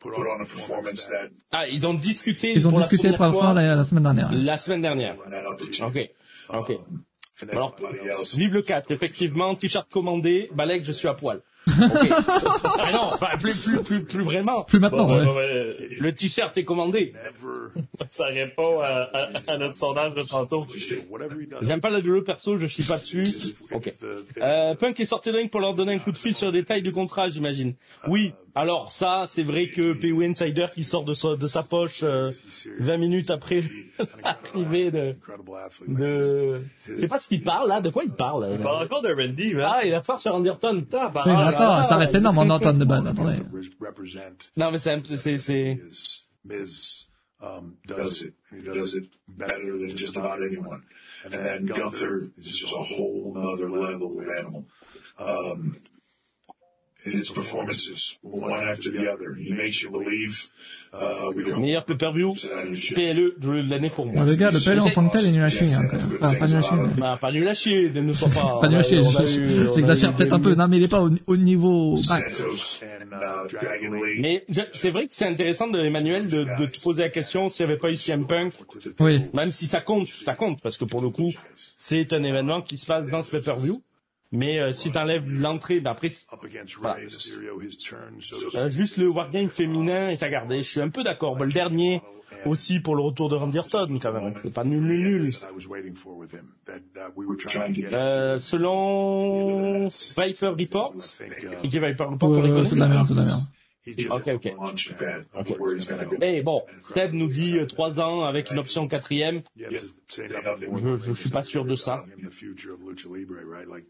F: put on a performance that
C: Ah, ils ont discuté.
A: Ils ont
C: pour
A: discuté
C: la
A: pour la
C: première
A: fin
C: fois
A: la, la semaine dernière.
C: la semaine dernière.
F: that up the chin
C: Ok. Ok.
F: and
C: Alors,
F: everybody else.
C: Vive le 4, effectivement, t-shirt commandé, balèque, je suis à poil. Ok. Ah non, enfin, plus, plus, plus, plus vraiment.
A: Plus maintenant,
D: Bon,
A: ouais.
D: ouais, ouais, ouais.
C: Le t-shirt est commandé.
F: Ever,
D: Ça répond à, à- à notre sondage de tantôt.
F: whatever he does,
C: J'aime pas la duo perso, je chie pas dessus. Ok.
F: the,
C: Euh, Punk est sorti de ring pour leur donner un coup de fil sur les détails du contrat, j'imagine. Oui, alors ça, c'est vrai que PW Insider qui sort de sa, de sa poche euh, 20 minutes après
E: uh,
C: l'arrivée de...
F: incredible athlete.
C: de... Je sais pas ce qu'il parle là, de quoi il parle là.
D: On parle encore de Randy, man.
C: Ah, il a fort sur Anderton, putain, par
A: Oui, mais
C: ah, bah, là,
A: attends,
C: là.
A: ça reste énorme en entente de base, attendez.
F: re- represent
C: Non, mais c'est un- c'est... c'est-
F: is Miz um,
E: Does
F: does
E: it.
F: it. He
E: does it better than just about anyone. And then Gunther is just a whole nother level of animal. Um, his performances, one after the other, he makes you believe. Uh, we don't
C: Meilleur pay-per-view
E: sit out of your chair.
C: PLE E de l'année pour moi.
A: Ouais, Ah, le gars, le PL en tant que tel est nul à chier, hein, quand même. Enfin, pas nul à chier, mais-
C: Bah, pas nul à chier, ne sois pas.
A: Pas nul à chier,
C: on a
A: je-
C: eu-
A: je-
C: on a
A: j'ai glacé
C: eu
A: peut-être un peu.
C: des-
A: Non, mais il est pas au, au niveau max.
E: Santos
F: And
E: uh,
F: uh,
E: Dragon
F: Dragon Lee
E: League.
C: Mais je- c'est vrai que c'est intéressant, de, Emmanuel, de, de te poser la question s'il n'y avait pas eu CM Punk.
A: Oui.
C: Même si ça compte, ça compte, parce que pour le coup, c'est un événement qui se passe dans ce pay-per-view. Mais euh, si t'enlèves l'entrée, bah après, c'est-
F: up against Rey Mysterio, his turn. So to
C: euh, juste le wargame féminin est à garder. Je suis un peu d'accord. Bah, le dernier aussi pour le retour de Randy Orton, quand même. C'est pas nul, nul, nul.
F: speak, I was waiting for with him that, that we were trying
E: Trying
F: to
E: to
F: get.
C: Euh, selon Viper Report,
F: I think uh,
C: c'est qui Viper Report qu'on
A: Ouais, ouais,
C: les
A: c'est de la
C: connaît
A: merde, c'est de la merde.
F: he just
C: Ok, ok.
E: Launch pad.
C: Okay.
E: Where he's gonna go.
C: Eh bon, Steve nous dit 3 ans avec une option quatrième.
F: you have to say nothing more
C: Je, je suis pas sûr de ça.
E: uh,
F: than him the future of lucha libre, right? Like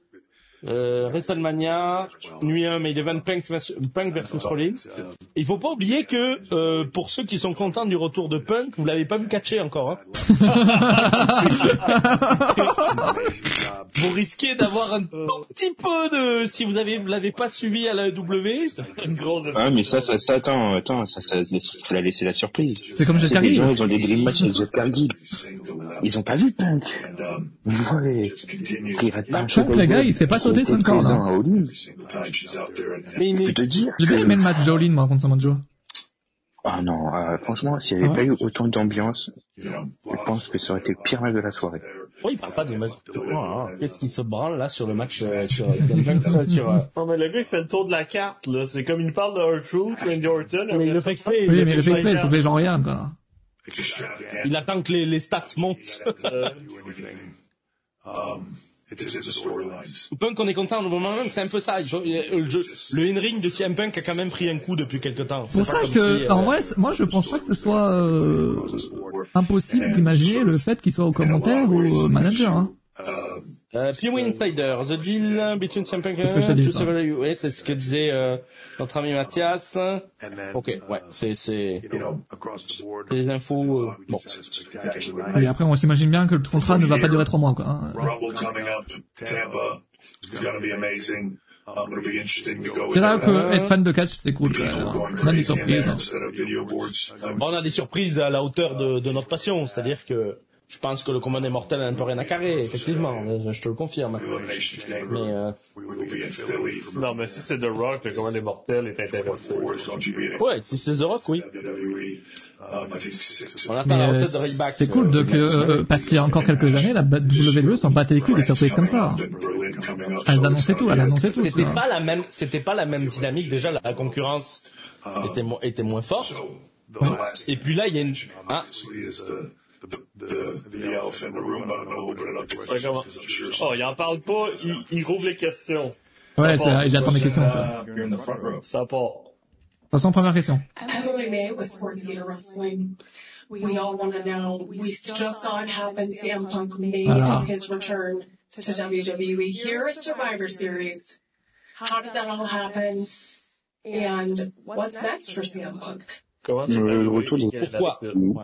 C: Euh, WrestleMania, nuit 1, mais event Punk, vers- Punk versus
E: uh,
C: Rollins. Il faut pas oublier que euh, pour ceux qui sont contents du retour de Punk, vous l'avez pas vu catcher encore. Hein.
F: amazing job.
C: Vous risquez d'avoir un petit peu de, si vous avez l'avez pas suivi à la W.
D: Une grosse
B: Ah, mais ça, ça, ça, attends, attends, ça, ça, faut la laisser la surprise.
A: C'est comme Jeff
B: C'est
A: Cargill.
B: les gens, ils ont des dream matchs avec Jeff Cargill.
E: Single level.
B: Ils ont pas vu Punk.
E: And, um,
B: Ouais.
E: just continue
B: Ils ratent pas un
A: Punk, le gars, il s'est pas sauté
B: son
A: son corps,
B: présent
A: là.
B: à Hollywood.
E: every single time she's out there. And,
C: Mais, mais
B: Je te dire
A: J'ai bien
B: que-
A: aimé le match Jolene, moi, contre Samanjo.
B: Ah non, euh, franchement, s'il n'y avait
A: Ah
B: pas eu autant d'ambiance,
E: you know,
B: je pense que ça aurait été le pire match de la soirée.
C: pourquoi Oh, il parle pas de match Qu'est-ce qui se branle là sur le match euh, sur, sur, euh,
D: Non, Ah, mais le gars, il fait le tour de la carte, là. C'est comme il parle de R-Truth, Randy Orton.
C: Mais il le
D: après
C: fait
D: ça,
C: exprès.
A: Oui, mais le fait exprès,
D: exprès.
A: c'est pour que les gens regardent, quoi.
E: extravagant.
C: Il attend que les, les stats montent.
E: Uh, do anything. Um, it's in the storylines.
C: Punk, on est content au moment même, c'est un peu ça. Je- euh, je- le in-ring de CM Punk a quand même pris un coup depuis quelque temps.
A: C'est pour
C: pas
A: ça
C: comme
A: que,
C: si, euh,
A: en vrai, c'est- moi, je pense pas que ce soit euh, impossible d'imaginer le fait qu'il soit au commentaire ou au manager. Hein.
E: Um,
C: Euh, PW Insider, The Deal euh, Between CM Punk
A: Qu'est-ce que je t'ai
C: and
A: dit,
C: Two
A: ça
C: Several ouais, c'est ce que disait euh, notre ami Mathias.
F: And then,
C: Ok, ouais,
F: uh,
C: c'est c'est
F: you know, across the board,
C: les infos. euh,
F: we
C: bon,
F: just had a spectacular
A: Et
F: night.
A: après, on s'imagine bien que le contrat ne va pas durer trois mois, quoi. hein.
E: Rumble coming up, Tampa is going to be amazing. Um, it'll be interesting to go.
A: C'est là
E: into that.
A: que être fan de catch, c'est cool, quand même.
E: People
A: hein.
E: going
A: On a des
E: crazy in
A: surprises.
E: there
A: hein.
E: instead of video boards. Um,
C: on a des surprises à la hauteur de, de notre passion, c'est-à-dire que je pense que le commun des mortels n'a un peu rien à carrer, effectivement, je, je te le confirme.
E: Elimination
C: Mais
E: Chamber
C: euh,
F: We
E: will
F: will
E: be
F: be
E: in Philly.
D: Non, mais si c'est The Rock, le commandant des mortels est intéressé.
E: Wars going to be in
C: ouais, si c'est The Rock, oui.
E: WWE. Um, I think six.
C: On attend
A: Mais
C: la
A: euh,
C: hauteur de Ryback.
A: c'est cool de que, euh, parce qu'il y a encore quelques années, la WWE s'en battait les couilles des surprises comme ça. hein.
E: Berlin coming up.
A: Elles
E: so
A: annonçaient
E: it's
A: tout,
E: gonna
A: elles
E: be a-
A: annonçaient tout.
C: C'était
A: quoi.
C: pas la même, c'était pas la même dynamique. Déjà, la concurrence était, mo- était moins forte.
F: the last.
C: Et puis là, il y a une, hein,
E: Obviously, is the the the, the elephant in the room. But I'm going to open it up to
D: Ça commence.
E: questions. I'm sure
D: Oh, il en parle pas, il, il rouvre les questions.
A: Ouais,
D: Ça part.
A: c'est- j'attends mes questions, quoi.
G: You're in the front row.
D: Ça part.
A: Passons première question.
G: I'm really May with Sports Gator Wrestling. We all want to know. We just saw it happen. CM Punk made
A: Ah.
G: his return to WWE here at Survivor Series. How did that all happen? And what's next for CM Punk?
D: Comment
B: Le- le retour de-
C: Pourquoi
B: Mm.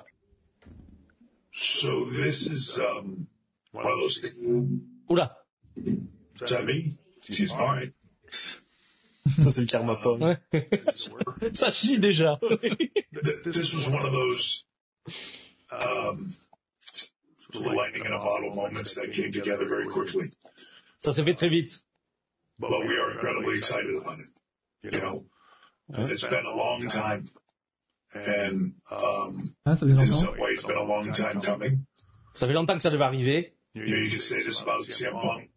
E: So this is um one of those things.
C: Oula.
E: Is that me? She's all right.
D: Ça, c'est le karma punk.
C: Ouais. Ça chie déjà.
E: Th- This was one of those um, lightning in a bottle moments that came together very quickly.
C: Ça s'est fait très vite.
E: But we are incredibly excited about it. You know, it's been a long time, and um,
A: Ah, ça fait
E: in
A: longtemps.
E: some ways, been a long time coming.
C: Ça fait longtemps que ça devait arriver.
E: You, know, you can say this about CM Punk.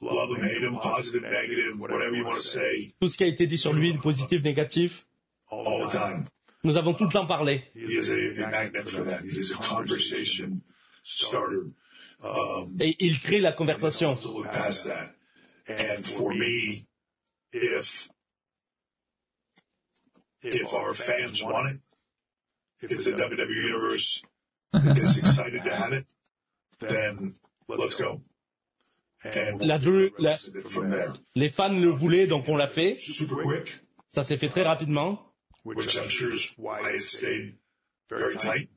E: Love him, hate him, positive, negative, whatever you want to say,
C: Tout ce qui a été dit sur lui, de positif, négatif,
E: all the time.
C: nous avons tout le temps parlé.
E: He is a, a magnet for that. He is a conversation starter. Um,
C: Et il crée la conversation.
E: to look past that. And for me, if if our fans want it, if the WWE E universe
C: Uh-huh.
E: is excited to have it, then let's go. And
C: La deux- la-
E: from there,
C: Les fans le voulaient, donc on l'a fait.
E: super quick,
C: Ça s'est fait très rapidement.
E: which I'm sure is why it stayed very tight.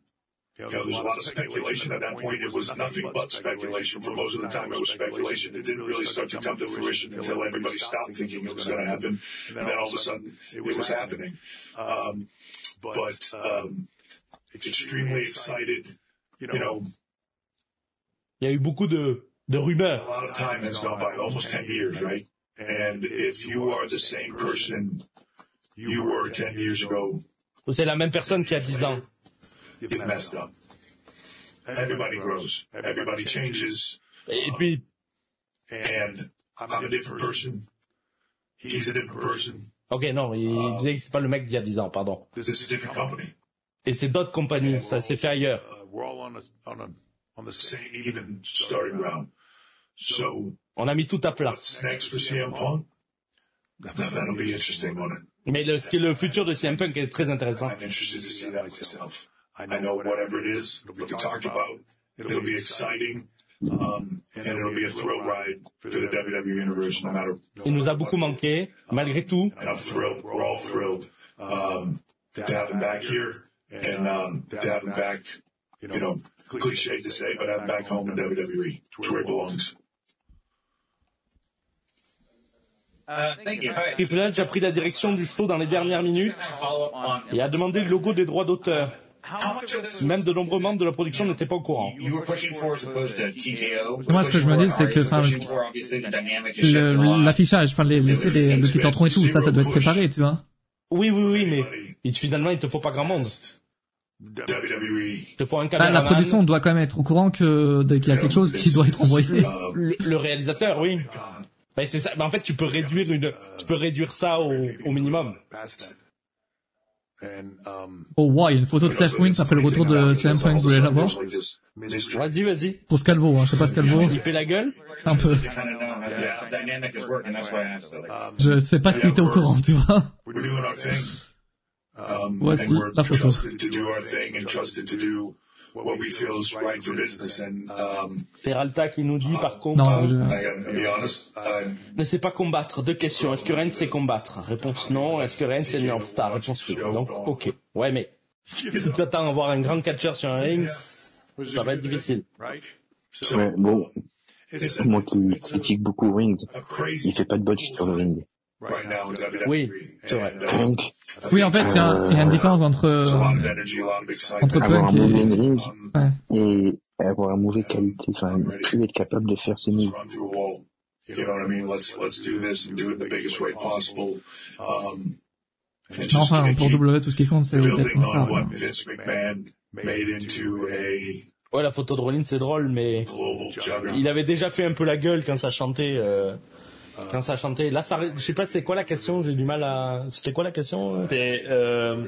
E: You know, there's a lot of speculation at that point. It was nothing but speculation for most of the time. It was speculation. It didn't really start to come to fruition until everybody stopped thinking it was going to happen, and then all of a sudden it was happening. Um, but um, extremely excited. You know,
C: Il y a eu beaucoup de, de
E: a
C: rumeurs.
E: lot of time has gone by, almost ten years, right? And if you are the same person you were ten years ago,
C: C'est la même personne qui a 10 ans.
E: you messed up. Everybody grows. Everybody changes.
C: Et puis,
E: and I'm a different person. He's a different person.
C: ok, non, il il n'existe pas le mec d'il y a 10 ans, pardon.
E: This is a different company.
C: Et c'est d'autres compagnies, ça s'est fait ailleurs.
F: Uh, we're all on a, on a, on the same.
E: Same even starting round. So
C: On a mis tout à plat.
E: what's next for CM Punk? Now, That'll be interesting, won't it?
C: Mais le, ce qui est le futur de CM Punk est très intéressant.
E: I'm interested to see that myself. I know whatever it is, it'll be talked about. It'll be exciting. Um, and it'll be a thrill ride for the WWE universe, no matter.
C: Il nous a beaucoup manqué, malgré tout.
E: And I'm thrilled. We're all thrilled um, to have him back here and um, to have him back you know, cliche to say, but I'm back home in E. WWE. It's where it belongs.
H: Uh, thank you. All right.
C: Triple H a pris la direction du show dans les dernières minutes
H: Follow up on.
C: et a demandé le logo des droits d'auteur.
H: How much of this
C: Même de nombreux membres de la production n'étaient pas au courant.
H: you were pushing for as opposed to TKO?
A: Moi, ce que je me dis, c'est que, enfin,
H: Pushing for, obviously, the dynamic is shifted a
A: Le-
H: lot.
A: L'affichage, enfin les, les, tu sais, les, le petit tentron et tout, ça, ça doit être préparé, tu vois.
C: Oui, oui, oui, mais il- finalement, il te faut pas grand monde.
E: WWE.
C: Il te faut un
A: Là, Bah, la
C: caméraman,
A: production doit quand même être au courant que dès qu'il y a quelque chose qui doit être envoyé.
E: Um,
C: le, le réalisateur, oui. Ben, c'est ça. Ben, en fait, tu peux réduire une, tu peux réduire ça au, au minimum.
F: Past that. And, um,
A: Oh wow, il y a une photo de Seth Wings après le retour de CM Punk, vous voulez la voir
E: like this mystery.
C: Vas-y, vas-y.
A: Pour Scalvo, hein, je sais pas Scalvo,
C: Il fait la gueule.
A: un peu.
H: I kind of know how the dynamic is working. That's why I asked it.
A: Je sais pas si t'es au courant, tu vois.
E: We're doing our thing. Um,
A: Voici
E: and we're
A: la photo.
E: trusted to do our thing and trusted to do what we feel is right for business. And um,
C: Peralta qui nous dit, par contre, euh,
A: Non, je-
E: I gotta be honest, I'm
C: ne sait pas combattre. Deux questions. Est-ce que Reigns sait combattre? Réponse non. Est-ce que Reigns est une énorme star? Réponse oui. Donc, ok. Ouais, mais si tu attends à voir un grand catcheur sur un ring, ça va être difficile.
F: right?
B: Ouais, bon, moi qui critique beaucoup Wings,
E: a
B: il
E: crazy
B: fait pas de botch sur le ring.
E: right now in WWE.
C: Oui, c'est vrai.
E: And, uh,
B: Donc,
A: Oui, en fait, il y, a un- il y a une différence entre
E: it's a
A: euh,
E: lot of energy, a lot of excitement.
A: Entre
C: Ah,
B: avoir un
A: Punk
B: mauvais
A: et...
B: ring
E: Um,
A: Ouais.
B: et avoir un mauvais qualité, enfin, plus être capable de faire ses
E: let's
B: moves.
E: run through a wall. You know what I mean? Let's let's do this and do it the biggest way possible. Um, and
A: Non,
E: just
A: enfin, pour
E: keep
A: W, tout ce qui compte, c'est d'être
E: building on
A: sincère.
E: what Vince McMahon made into a
C: Ouais, la photo de Rollins, c'est drôle, mais
E: global
C: il
E: juggernaut.
C: avait déjà fait un peu la gueule quand ça chantait. euh, Quand ça chantait. Là, ça, je sais pas, c'est quoi la question J'ai du mal à. C'était quoi la question euh
D: C'était, euh,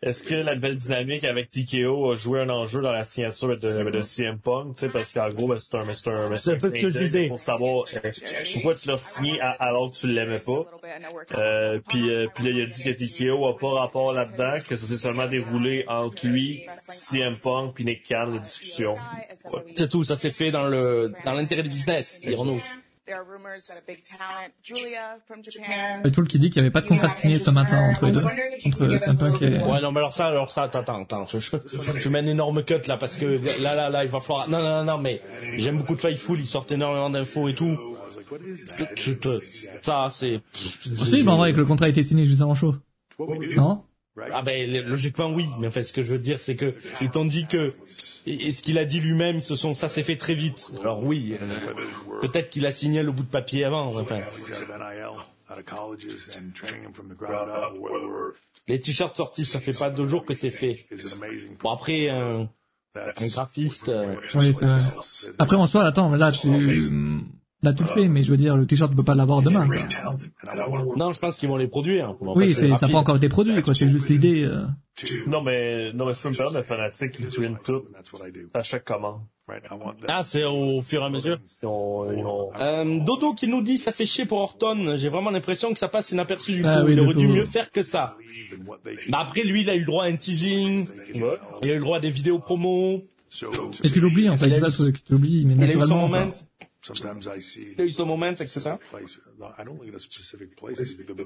D: Est-ce que la nouvelle dynamique avec TKO a joué un enjeu dans la signature de, de CM Punk, tu sais, parce qu'en gros, ben, c'est un, c'est un,
C: C'est un peu ce que je
D: clin d'œil
C: disais.
D: pour savoir euh, pourquoi tu l'as signé à- alors que tu l'aimais pas. Euh, puis, euh, puis là, il a dit que TKO a pas rapport là-dedans, que ça s'est seulement déroulé entre lui, CM Punk, puis Nick Khan, la discussion.
C: C'est tout, ça s'est fait dans le dans l'intérêt du business, dirons-nous.
A: Et tout le qui dit qu'il n'y avait pas de contrat de signé ce matin entre les deux. Entre CM Punk et...
C: Ouais, non, mais alors ça, alors ça, attends, attends, attends, je, je, je mets un énorme cut là, parce que là, là, là, il va falloir, non, non, non, non, mais j'aime beaucoup de Fightful, ils sortent énormément d'infos et tout. Tu te- Ça, c'est...
A: Ah, Si, bah, mais en vrai, que le contrat a été signé juste avant le show. Non?
C: Ah ben le- logiquement oui, mais en fait ce que je veux dire c'est que ils t'ont dit que et et ce qu'il a dit lui-même, ils se sont ça s'est fait très vite. Alors oui, euh, peut-être qu'il a signé le bout de papier avant. Enfin,
F: Athletes out of NIL, out of colleges, and training them from the ground up, or whether we're-
C: les t-shirts sortis, ça fait pas deux jours que c'est fait.
F: is an amazing.
C: Bon après, euh,
F: That's-
C: un graphiste. euh,
A: Oui, c'est vrai. Après, en soi, attends, mais là, tu... Là, tout fait, mais je veux dire, le t-shirt, tu peux pas l'avoir demain. quoi.
E: Great talent, and I want to work
C: Non, je pense qu'ils vont les produire. hein, Comment
A: Oui,
C: passer
A: c'est, ça
C: rapide.
A: n'a pas encore été produit, quoi. C'est juste l'idée. euh.
E: too.
D: Non, mais, non, mais si tu peux me permettre, le fanatique, il print tout
F: And that's what I do,
D: à chaque commande.
F: right? I want that.
C: Ah, c'est au fur et à mesure.
D: Ils ont, ils ont-
C: Ah, Euh, Dodo qui nous dit ça fait chier pour Horton. J'ai vraiment l'impression que ça passe inaperçu du coup.
A: Ah oui,
C: Il
A: du
C: aurait dû
A: coup.
C: mieux faire que ça.
F: believe in what they can.
C: Bah après lui, il a eu le droit à un teasing. Il a eu le droit à des vidéos promo.
F: So to
A: Et tu
F: me,
A: l'oublies, en fait,
C: Il a
A: c'est ça
C: eu-
A: le truc, tu l'oublies, mais
C: Il a eu son
A: naturellement.
C: moment.
A: quoi.
F: sometimes I see
C: Il a eu son moment, etc.
F: place. no, I don't look at a specific place. It's the,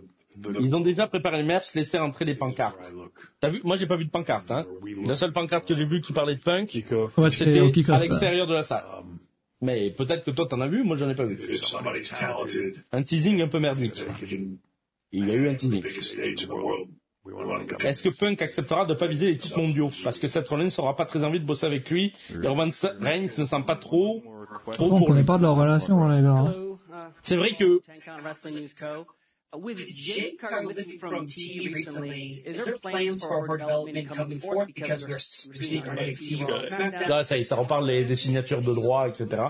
F: the,
C: Ils ont déjà préparé le match, laissé rentrer les pancartes.
F: I look.
C: T'as vu Moi, j'ai pas vu de pancarte. Hein. La seule pancarte que j'ai vue qui parlait de punk,
A: Ouais,
C: c'était
A: c'était au kick-off.
C: à
A: ouais.
C: l'extérieur de la salle.
F: um,
C: Mais peut-être que toi, t'en as vu. Moi, j'en ai pas vu.
E: If somebody's talented,
C: Un teasing un peu merdique. Il y a eu un teasing.
E: biggest stage in the world.
F: We want to
C: Est-ce que Punk acceptera de pas viser les titres mondiaux Parce que Seth Rollins aura pas très envie de bosser avec lui. Et Roman Sa- Reigns ne sent pas trop.
A: Je pense
C: trop pour Euh,
A: qu'on
C: lui.
A: n'est pas de leur relation, là, les gars. hein.
C: C'est vrai que
I: With
G: Jake
I: Jake Carr missing from
G: E
I: TV recently, is there
G: plans
I: plans
G: for
I: for
G: our
I: our
G: development
I: development coming
G: coming forth
I: forth
G: because
I: because
G: we're
I: we're
G: receiving
I: receiving
G: our
I: our
G: NXT
I: NXT
G: Raw
I: Raw
G: SmackDown.
C: euh, Là, ça y est, ça reparle les- des signatures de droit, etc.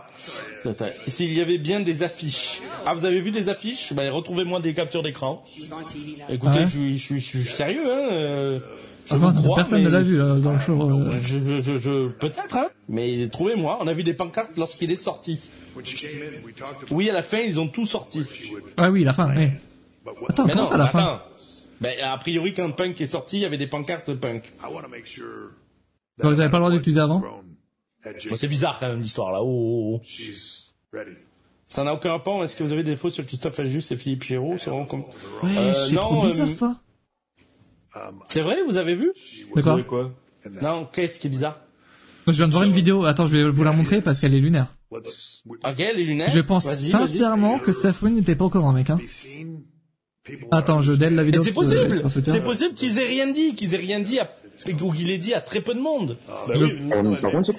C: S'il y avait bien des affiches. Ah, vous avez vu des affiches Ben, retrouvez-moi des captures d'écran.
I: E
C: Écoutez,
A: Ah ouais
C: je, suis- je, suis- je suis sérieux, hein. euh, Je vous
A: Attends,
C: crois,
A: personne
C: mais-
A: ne l'a vu, là, dans le show. euh.
C: Je, je, je- je- peut-être, hein. Mais trouvez-moi. On a vu des pancartes lorsqu'il est sorti.
F: When she came in, we talked about
C: Oui, à la fin, ils ont tout sorti.
A: Ah oui, la fin, oui.
F: but what
A: Attends,
C: Mais
A: Ah, comment
C: non,
A: ça, la fin?
C: attends. Ben, a priori, quand Punk est sorti, il y avait des pancartes Punk.
F: I want to make sure. that
A: Donc, vous
F: no
A: avez pas le droit
F: matter
A: d'utiliser
F: what's
A: avant?
F: thrown at
C: Bon,
F: Jake,
C: c'est bizarre, quand même, l'histoire, là. Oh, oh, oh.
F: She's ready.
C: Ça n'a aucun rapport. Est-ce que vous avez des faux sur Christophe Ajus et Philippe Pierrot? C'est vraiment comme-
A: Ouais,
C: Euh,
A: c'est trop
C: non,
A: bizarre,
C: euh,
A: ça.
F: Um,
C: C'est vrai, vous avez vu?
A: De quoi?
D: C'est quoi?
C: Non, qu'est-ce qui est bizarre?
A: Je viens de voir une vidéo, attends, je vais vous la montrer parce qu'elle est lunaire.
F: Let's we,
A: Ah.
C: Ok, les lunettes.
A: Je pense
C: vas-y,
A: sincèrement que Seth Rollins n'était pas au courant, mec, hein.
F: be seen. People
A: Attends, je dèle la
C: vas-y. Mais
A: vidéo.
C: c'est
A: sur- sur
C: possible.
A: Twitter.
C: C'est possible qu'ils aient rien dit, qu'ils aient rien dit à, ou qu'il ait dit à très peu de monde.
D: Ah, bah
A: Je-
B: Euh,
D: Ouais,
B: par
D: mais
B: contre, c'est que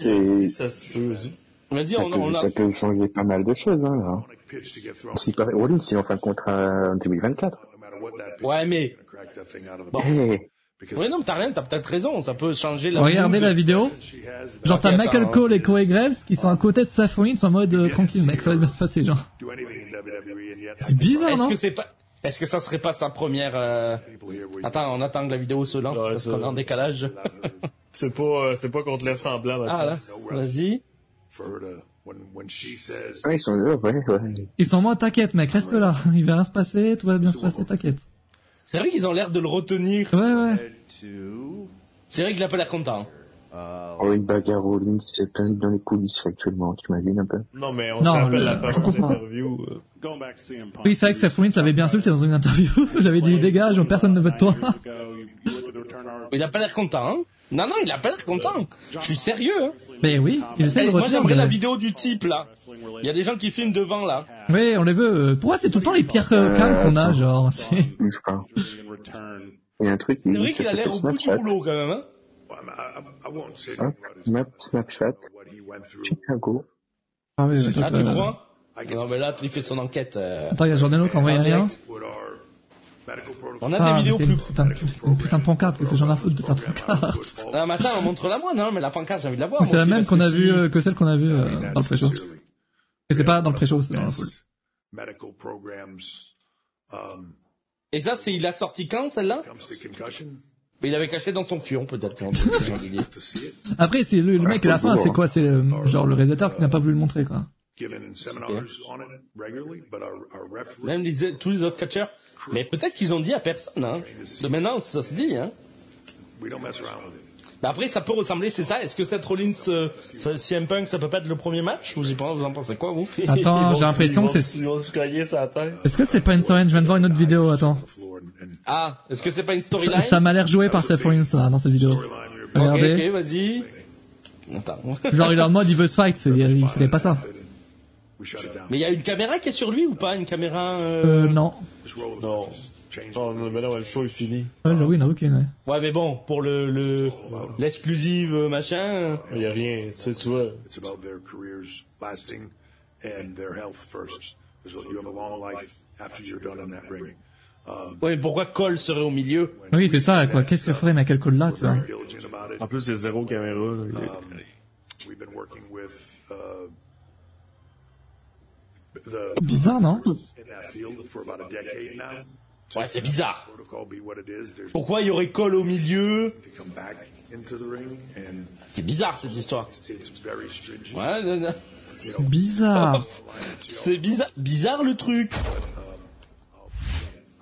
B: c'est-
D: si ça se joue, vas-y.
C: Vas-y,
B: ça,
C: on, on
B: peut,
C: a.
B: ça peut changer pas mal de choses, hein, là.
F: want to pitch to get thrown.
B: Si par Rollins, il en fin de contrat en 2024.
F: No matter what that.
C: Ouais, mais.
F: Gonna crack that thing out of the
B: Eh,
F: because
C: Ouais, non, mais t'as rien, t'as peut-être raison, ça peut changer la.
A: Regardez la vidéo.
F: she has.
A: Genre t'as
C: Ok,
A: Michael
C: attends.
A: Cole et Corey Graves qui sont à côté de Seth Rollins en mode euh, tranquille mec, ça va bien se passer genre.
F: Do anything in WWE, and yet
A: C'est bizarre
C: Est-ce
A: non
C: que c'est pas, est-ce que ça serait pas sa première, euh...
F: people here we
C: attends, on attend que la vidéo se lance,
D: Ouais,
C: parce
D: ça-
C: qu'on est en décalage.
D: C'est pas, euh, c'est pas contre les semblable.
C: Ah, là. Vas-y.
F: for her to when when she says
B: Ouais, Ah, ils sont là, ouais, ouais.
A: Ils sont en mode t'inquiète mec, reste là, il va rien se passer, tout va bien se passer, t'inquiète.
C: C'est vrai qu'ils ont l'air de le retenir.
A: Ouais ouais.
C: C'est vrai qu'il a pas l'air content. Ah
B: Oh, une bagarre Rollins, c'est un dans les coulisses actuellement, t'imagines un peu.
D: Non, mais on
A: Non,
D: se rappelle
A: le-
D: la fameuse
A: je comprends pas.
D: interview. euh,
A: Oui c'est vrai que Seth Rollins avait bien insulté dans une interview, j'avais dit dégage, personne ne veut de toi.
C: Il a pas l'air content, hein. Non, non, il a pas l'air content. Je suis sérieux, hein.
A: Ben oui, ils essaient
C: Eh,
A: de
C: moi,
A: retenir.
C: j'aimerais
A: mais-
C: la vidéo du type, là. Il y a des gens qui filment devant, là.
A: Oui on les veut. euh, Pourquoi c'est tout le temps les pires euh, cams qu'on a genre c'est-
B: Je sais pas. Il y a un truc,
C: C'est vrai qu'il a l'air au bout du
B: Snapchat.
C: boulot, quand même, hein.
F: well, I'm- I, I, I won't say
B: Hein? Snap- Snapchat,
F: what he went through.
B: Chicago.
A: Ah oui, ouais,
C: Ah,
A: donc,
C: tu
A: euh,
C: crois Non, mais là, il fait son enquête. euh,
A: Attends, il y a Jordan qui a envoyé
C: en
A: rien.
C: direct.
F: What are medical protocols?
C: On a
A: Ah,
C: des
A: mais
C: vidéos
A: c'est une
C: plus.
A: putain, une putain de pancarte, qu'est-ce que j'en ai à foutre de ta pancarte
C: Ah, mais attends, montre-la moi, non, mais la pancarte, j'ai envie de la voir.
A: Mais C'est la
C: aussi,
A: même
C: Oh, parce
A: qu'on
C: que
A: a
C: si-
A: vue euh, que celle qu'on a vue euh, dans le pré-show.
F: Sincerely,
A: Et c'est pas dans le pré-show, c'est dans la foule.
F: best medical programs um,
C: Et ça, c'est il a sorti quand, celle-là
F: comes to concussion.
C: Mais il avait caché dans son fion, peut-être. quand on dit.
F: to see it,
A: Après, c'est le, le mec à la fin, c'est
C: hein.
A: quoi C'est
C: Ah
A: euh, genre le réalisateur qui n'a pas voulu le montrer, quoi.
F: given seminars on it regularly, but our, our referee
C: Même les, tous les autres catcheurs. Mais peut-être qu'ils ont dit à personne, hein. De maintenant, ça se dit, hein.
F: We don't mess around with it.
C: Mais après, ça peut ressembler, c'est ça. Est-ce que cette Rollins, euh, ça- CM Punk, ça peut pas être le premier match Vous y pensez, vous en pensez quoi, vous
D: Ils
A: Attends,
D: vont
A: j'ai
D: se-
A: l'impression
D: ils
A: que
D: vont
A: c'est...
D: se- Ils vont se cogner sur la tête.
A: Est-ce que c'est pas une storyline Je viens de voir une autre vidéo, attends.
F: Floor and, and
C: Ah, est-ce que c'est pas une
A: Ça,
C: storyline
A: ça m'a l'air joué par Seth Rollins, ça, hein, dans cette vidéo.
F: storyline we were
C: Ok,
A: Regardez.
C: ok, vas-y. Attends.
A: Genre, il est en mode, il veut se fight, c'est- il fallait pas ça.
F: we shut it down.
C: Mais il y a une caméra qui est sur lui ou pas Une caméra euh,
A: Euh, non.
F: This role of
D: Non.
F: change
D: Non, non, mais là, ouais, le show est fini.
A: Ouais, j'avoue, il y en a aucune, ouais.
C: Ouais, mais bon, pour le le- l'exclusive euh, machin.
D: Il y a rien, tu sais, tu vois.
F: it's about their careers lasting and their health first. So you have a long life after you're done in that ring.
C: Ouais, mais pourquoi Cole serait au milieu
A: Oui, c'est ça, quoi. Qu'est-ce que ferait Michael Cole là, tu vois
F: Very diligent about it. Um,
D: En plus, il y a zéro caméra. là. Il y a-
F: We've been working with uh, the
A: Bizarre, non
F: in that field for about a decade now.
C: Ouais, c'est bizarre.
F: Protocol be what it is. There's
C: Pourquoi il y aurait Cole au milieu
F: to come back into the ring, and
C: C'est bizarre cette histoire.
F: it's very stringent.
C: Ouais, non, non.
A: Bizarre.
C: Ah, c'est bizarre, bizarre le truc.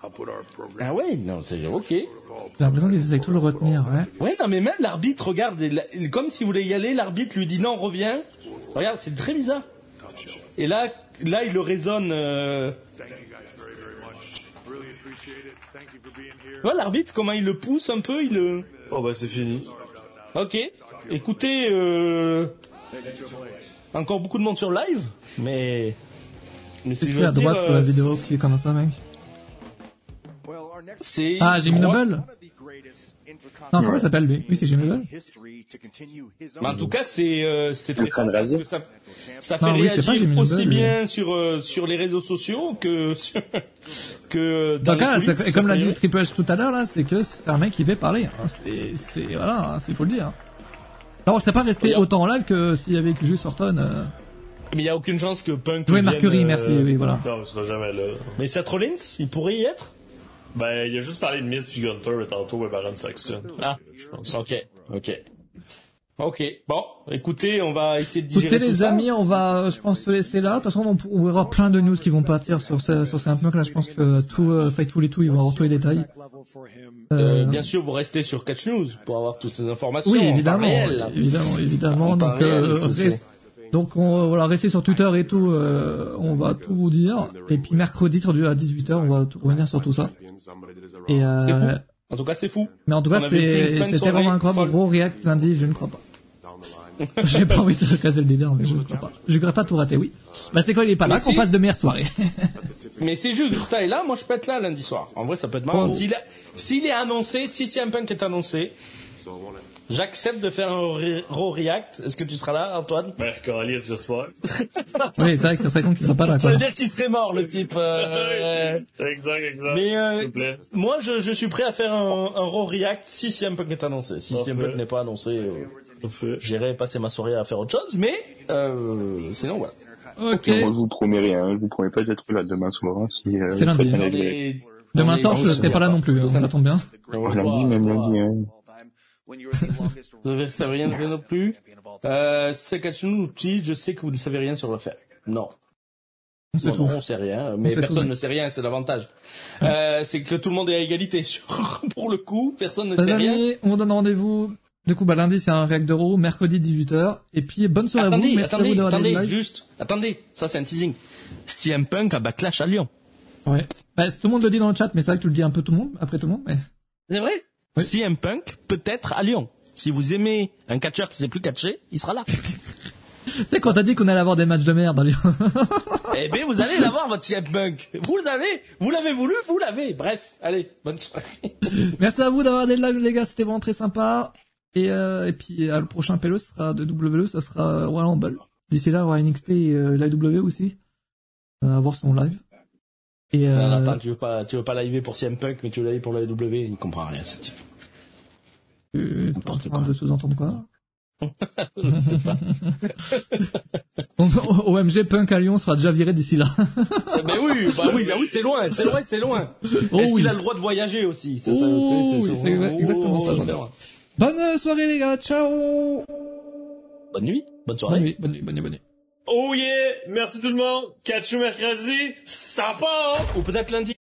F: I'll put our program
C: Ah ouais, non, c'est ok.
A: J'ai l'impression qu'ils essayent tout de le retenir, ouais.
C: Ouais, non, mais même l'arbitre, regarde, il- il- comme s'il voulait y aller, l'arbitre lui dit non, reviens. Regarde, c'est très bizarre. Et là, là, il le raisonne. euh,
F: Thank you guys very, very much. Really appreciate it. Thank you for being here.
C: Tu vois l'arbitre, comment il le pousse un peu, il le.
D: Oh, bah, c'est fini.
C: Ok. Écoutez, euh... encore beaucoup de monde sur live, mais. Mais si
A: C'est
C: je
A: qui
C: veux
A: à droite
C: dire,
A: sur la
C: euh,
A: vidéo qui est comme ça, mec
C: C'est.
A: Ah, Jimmy Noble Non, comment il s'appelle lui Oui, c'est Jimmy Noble.
C: Mais en tout cas, c'est euh, c'est
B: Le
C: très
B: crâne
C: fort parce
B: rasé.
C: que ça, ça fait
A: Non, oui, c'est pas
C: réagir
A: Jimmy Noble,
C: aussi
A: lui.
C: bien sur euh, sur les réseaux sociaux que sur-
A: En
C: que dans
A: tout cas,
C: les
A: c'est-
C: coulisses,
A: et comme l'a dit
C: priori.
A: Triple H tout à l'heure, là, c'est que c'est un mec qui fait parler. hein. C'est, c'est, voilà, hein, c'est faut le dire. Alors, on serait pas resté
C: Regarde.
A: autant en live que s'il y avait que juste Orton. euh.
C: mais il y a aucune chance que Punk
A: Joey
C: vienne,
A: Mercury,
C: euh,
A: merci, oui, voilà.
D: Non, il sera jamais là.
C: Mais Seth Rollins, il pourrait y être.
D: Ben, il a juste parlé de Miss puis Gunter, mais tantôt, et Baron Saxton.
C: Ah,
D: Je pense.
C: ok, ok, ok. Bon, écoutez, on va essayer de digérer
A: Écoutez,
C: tout
A: les
C: ça.
A: amis, on va, euh, je pense, se laisser là. De toute façon, on, on verra plein de news qui vont partir sur ce, sur ces là. Je pense que tout, euh, Fightful et tout, ils vont avoir tous les détails.
C: Euh,
A: Euh,
C: bien sûr, vous restez sur Catch News pour avoir toutes ces informations.
A: Oui,
C: en temps
A: évidemment,
C: réel.
A: évidemment, évidemment.
C: En temps
A: Donc,
C: réel,
A: euh,
C: c'est-
A: reste-
C: c'est-
A: donc on, euh, voilà, restez sur Twitter et tout. euh, on va tout vous dire. Et puis mercredi sur du à 18h, on va tout- revenir sur tout ça. Et euh,
C: En tout cas, c'est fou.
A: mais en tout cas,
C: On avait pris
A: c'est
C: une fin de
A: c'était
C: soirée
A: vraiment incroyable.
C: folle.
A: Gros react lundi, je ne crois pas. J'ai pas envie de casser le délire, mais je ne crois pas. Je ne crois pas tout rater, oui. Bah c'est quoi, il est pas là
C: Mais
A: qu'on
C: si.
A: passe de meilleures soirées.
C: Mais c'est juste, Grutta est là, moi je peux être là lundi soir. En vrai, ça peut être marrant.
A: Oh.
C: S'il a- S'il est annoncé, si CM Punk est annoncé, j'accepte de faire un re- raw react. Est-ce que tu seras là, Antoine
D: Ben, Calis, j'espère.
A: oui, c'est vrai que ça serait con qu'il soit pas là.
C: Ça
A: Quoi.
C: veut dire qu'il serait mort, le type. euh,
D: Exact, exact.
C: Mais euh,
D: S'il vous plaît.
C: moi, je, je suis prêt à faire un, un raw react si CM Punk est annoncé. Si CM Punk
D: Parfait.
C: n'est pas annoncé, euh,
D: Parfait.
C: j'irai passer ma soirée à faire autre chose. Mais euh, sinon, voilà.
A: Ok.
B: Moi, je vous promets rien. hein. Je vous promets pas d'être là demain soir. Si, euh,
A: C'est lundi.
B: vous faites un
C: Dans
B: live direct.
C: les-
A: Demain
C: dans les-
A: soir, je
C: dans les-
A: serai pas là non plus. euh, Ça tombe bien.
C: Dans les-
B: Oh, Lundi, même lundi. Hein.
C: Vous ne savez rien, rien non plus. Euh, Sakachinu nous dit, je sais que vous ne savez rien sur l'affaire. Non.
A: On sait
C: Bon, non,
A: tout.
C: on sait rien, mais
A: sait tout,
C: personne
A: mais-
C: ne sait rien, c'est l'avantage. Euh, c'est que tout le monde est à égalité. sur- Pour le coup, personne ne
A: Les
C: sait rien.
A: amis, on vous donne rendez-vous. Du coup, bah, lundi, c'est un réac de Raw, mercredi 18h. Et puis, bonne soirée à vous.
C: Attendez,
A: Merci à vous
C: attendez,
A: d'avoir été
C: attendez,
A: live.
C: juste, attendez, ça c'est un teasing. CM Punk a backlash à Lyon.
A: Ouais. Bah, tout le monde le dit dans le chat, mais c'est vrai que tu le dis un peu tout le monde, après tout le monde, mais.
C: C'est vrai
A: Oui.
C: CM Punk peut-être à Lyon. Si vous aimez un catcheur qui sait plus catcher, il sera là.
A: Tu sais, quand t'as dit qu'on allait avoir des matchs de merde, les-
C: eh bien, vous allez l'avoir, votre CM Punk. Vous l'avez, vous l'avez voulu, vous l'avez. Bref, allez, bonne soirée.
A: Merci à vous d'avoir été live, les gars, c'était vraiment très sympa. Et, euh, et puis, euh, le prochain PLE sera de WE, ça sera euh, Royal Rumble. D'ici là, il y aura NXT et euh, l'AW aussi. Euh, à voir son live. Et, euh,
C: Non, non, attends, tu veux pas, tu veux pas live pour CM Punk, mais tu veux live pour la W, il comprend rien, ce type.
A: euh, t'es en
C: n'importe
A: train
C: quoi.
A: de sous-entendre quoi?
C: Je sais pas.
A: OMG Punk à Lyon sera déjà viré d'ici là.
C: Mais oui, bah oui, bah oui, c'est loin, c'est loin, c'est loin.
A: Oh
C: Est-ce
A: oui.
C: qu'il a le droit de voyager aussi C'est ça,
A: Oh
C: tu sais,
A: oui,
C: ça.
A: c'est exactement ça,
C: Oh,
A: j'en ai. Bonne soirée les gars, ciao
C: Bonne nuit, bonne soirée.
A: Bonne nuit, bonne nuit, bonne nuit, bonne nuit.
D: Oh yeah! Merci tout le monde! Catch you mercredi! Ça part!
C: Ou peut-être lundi.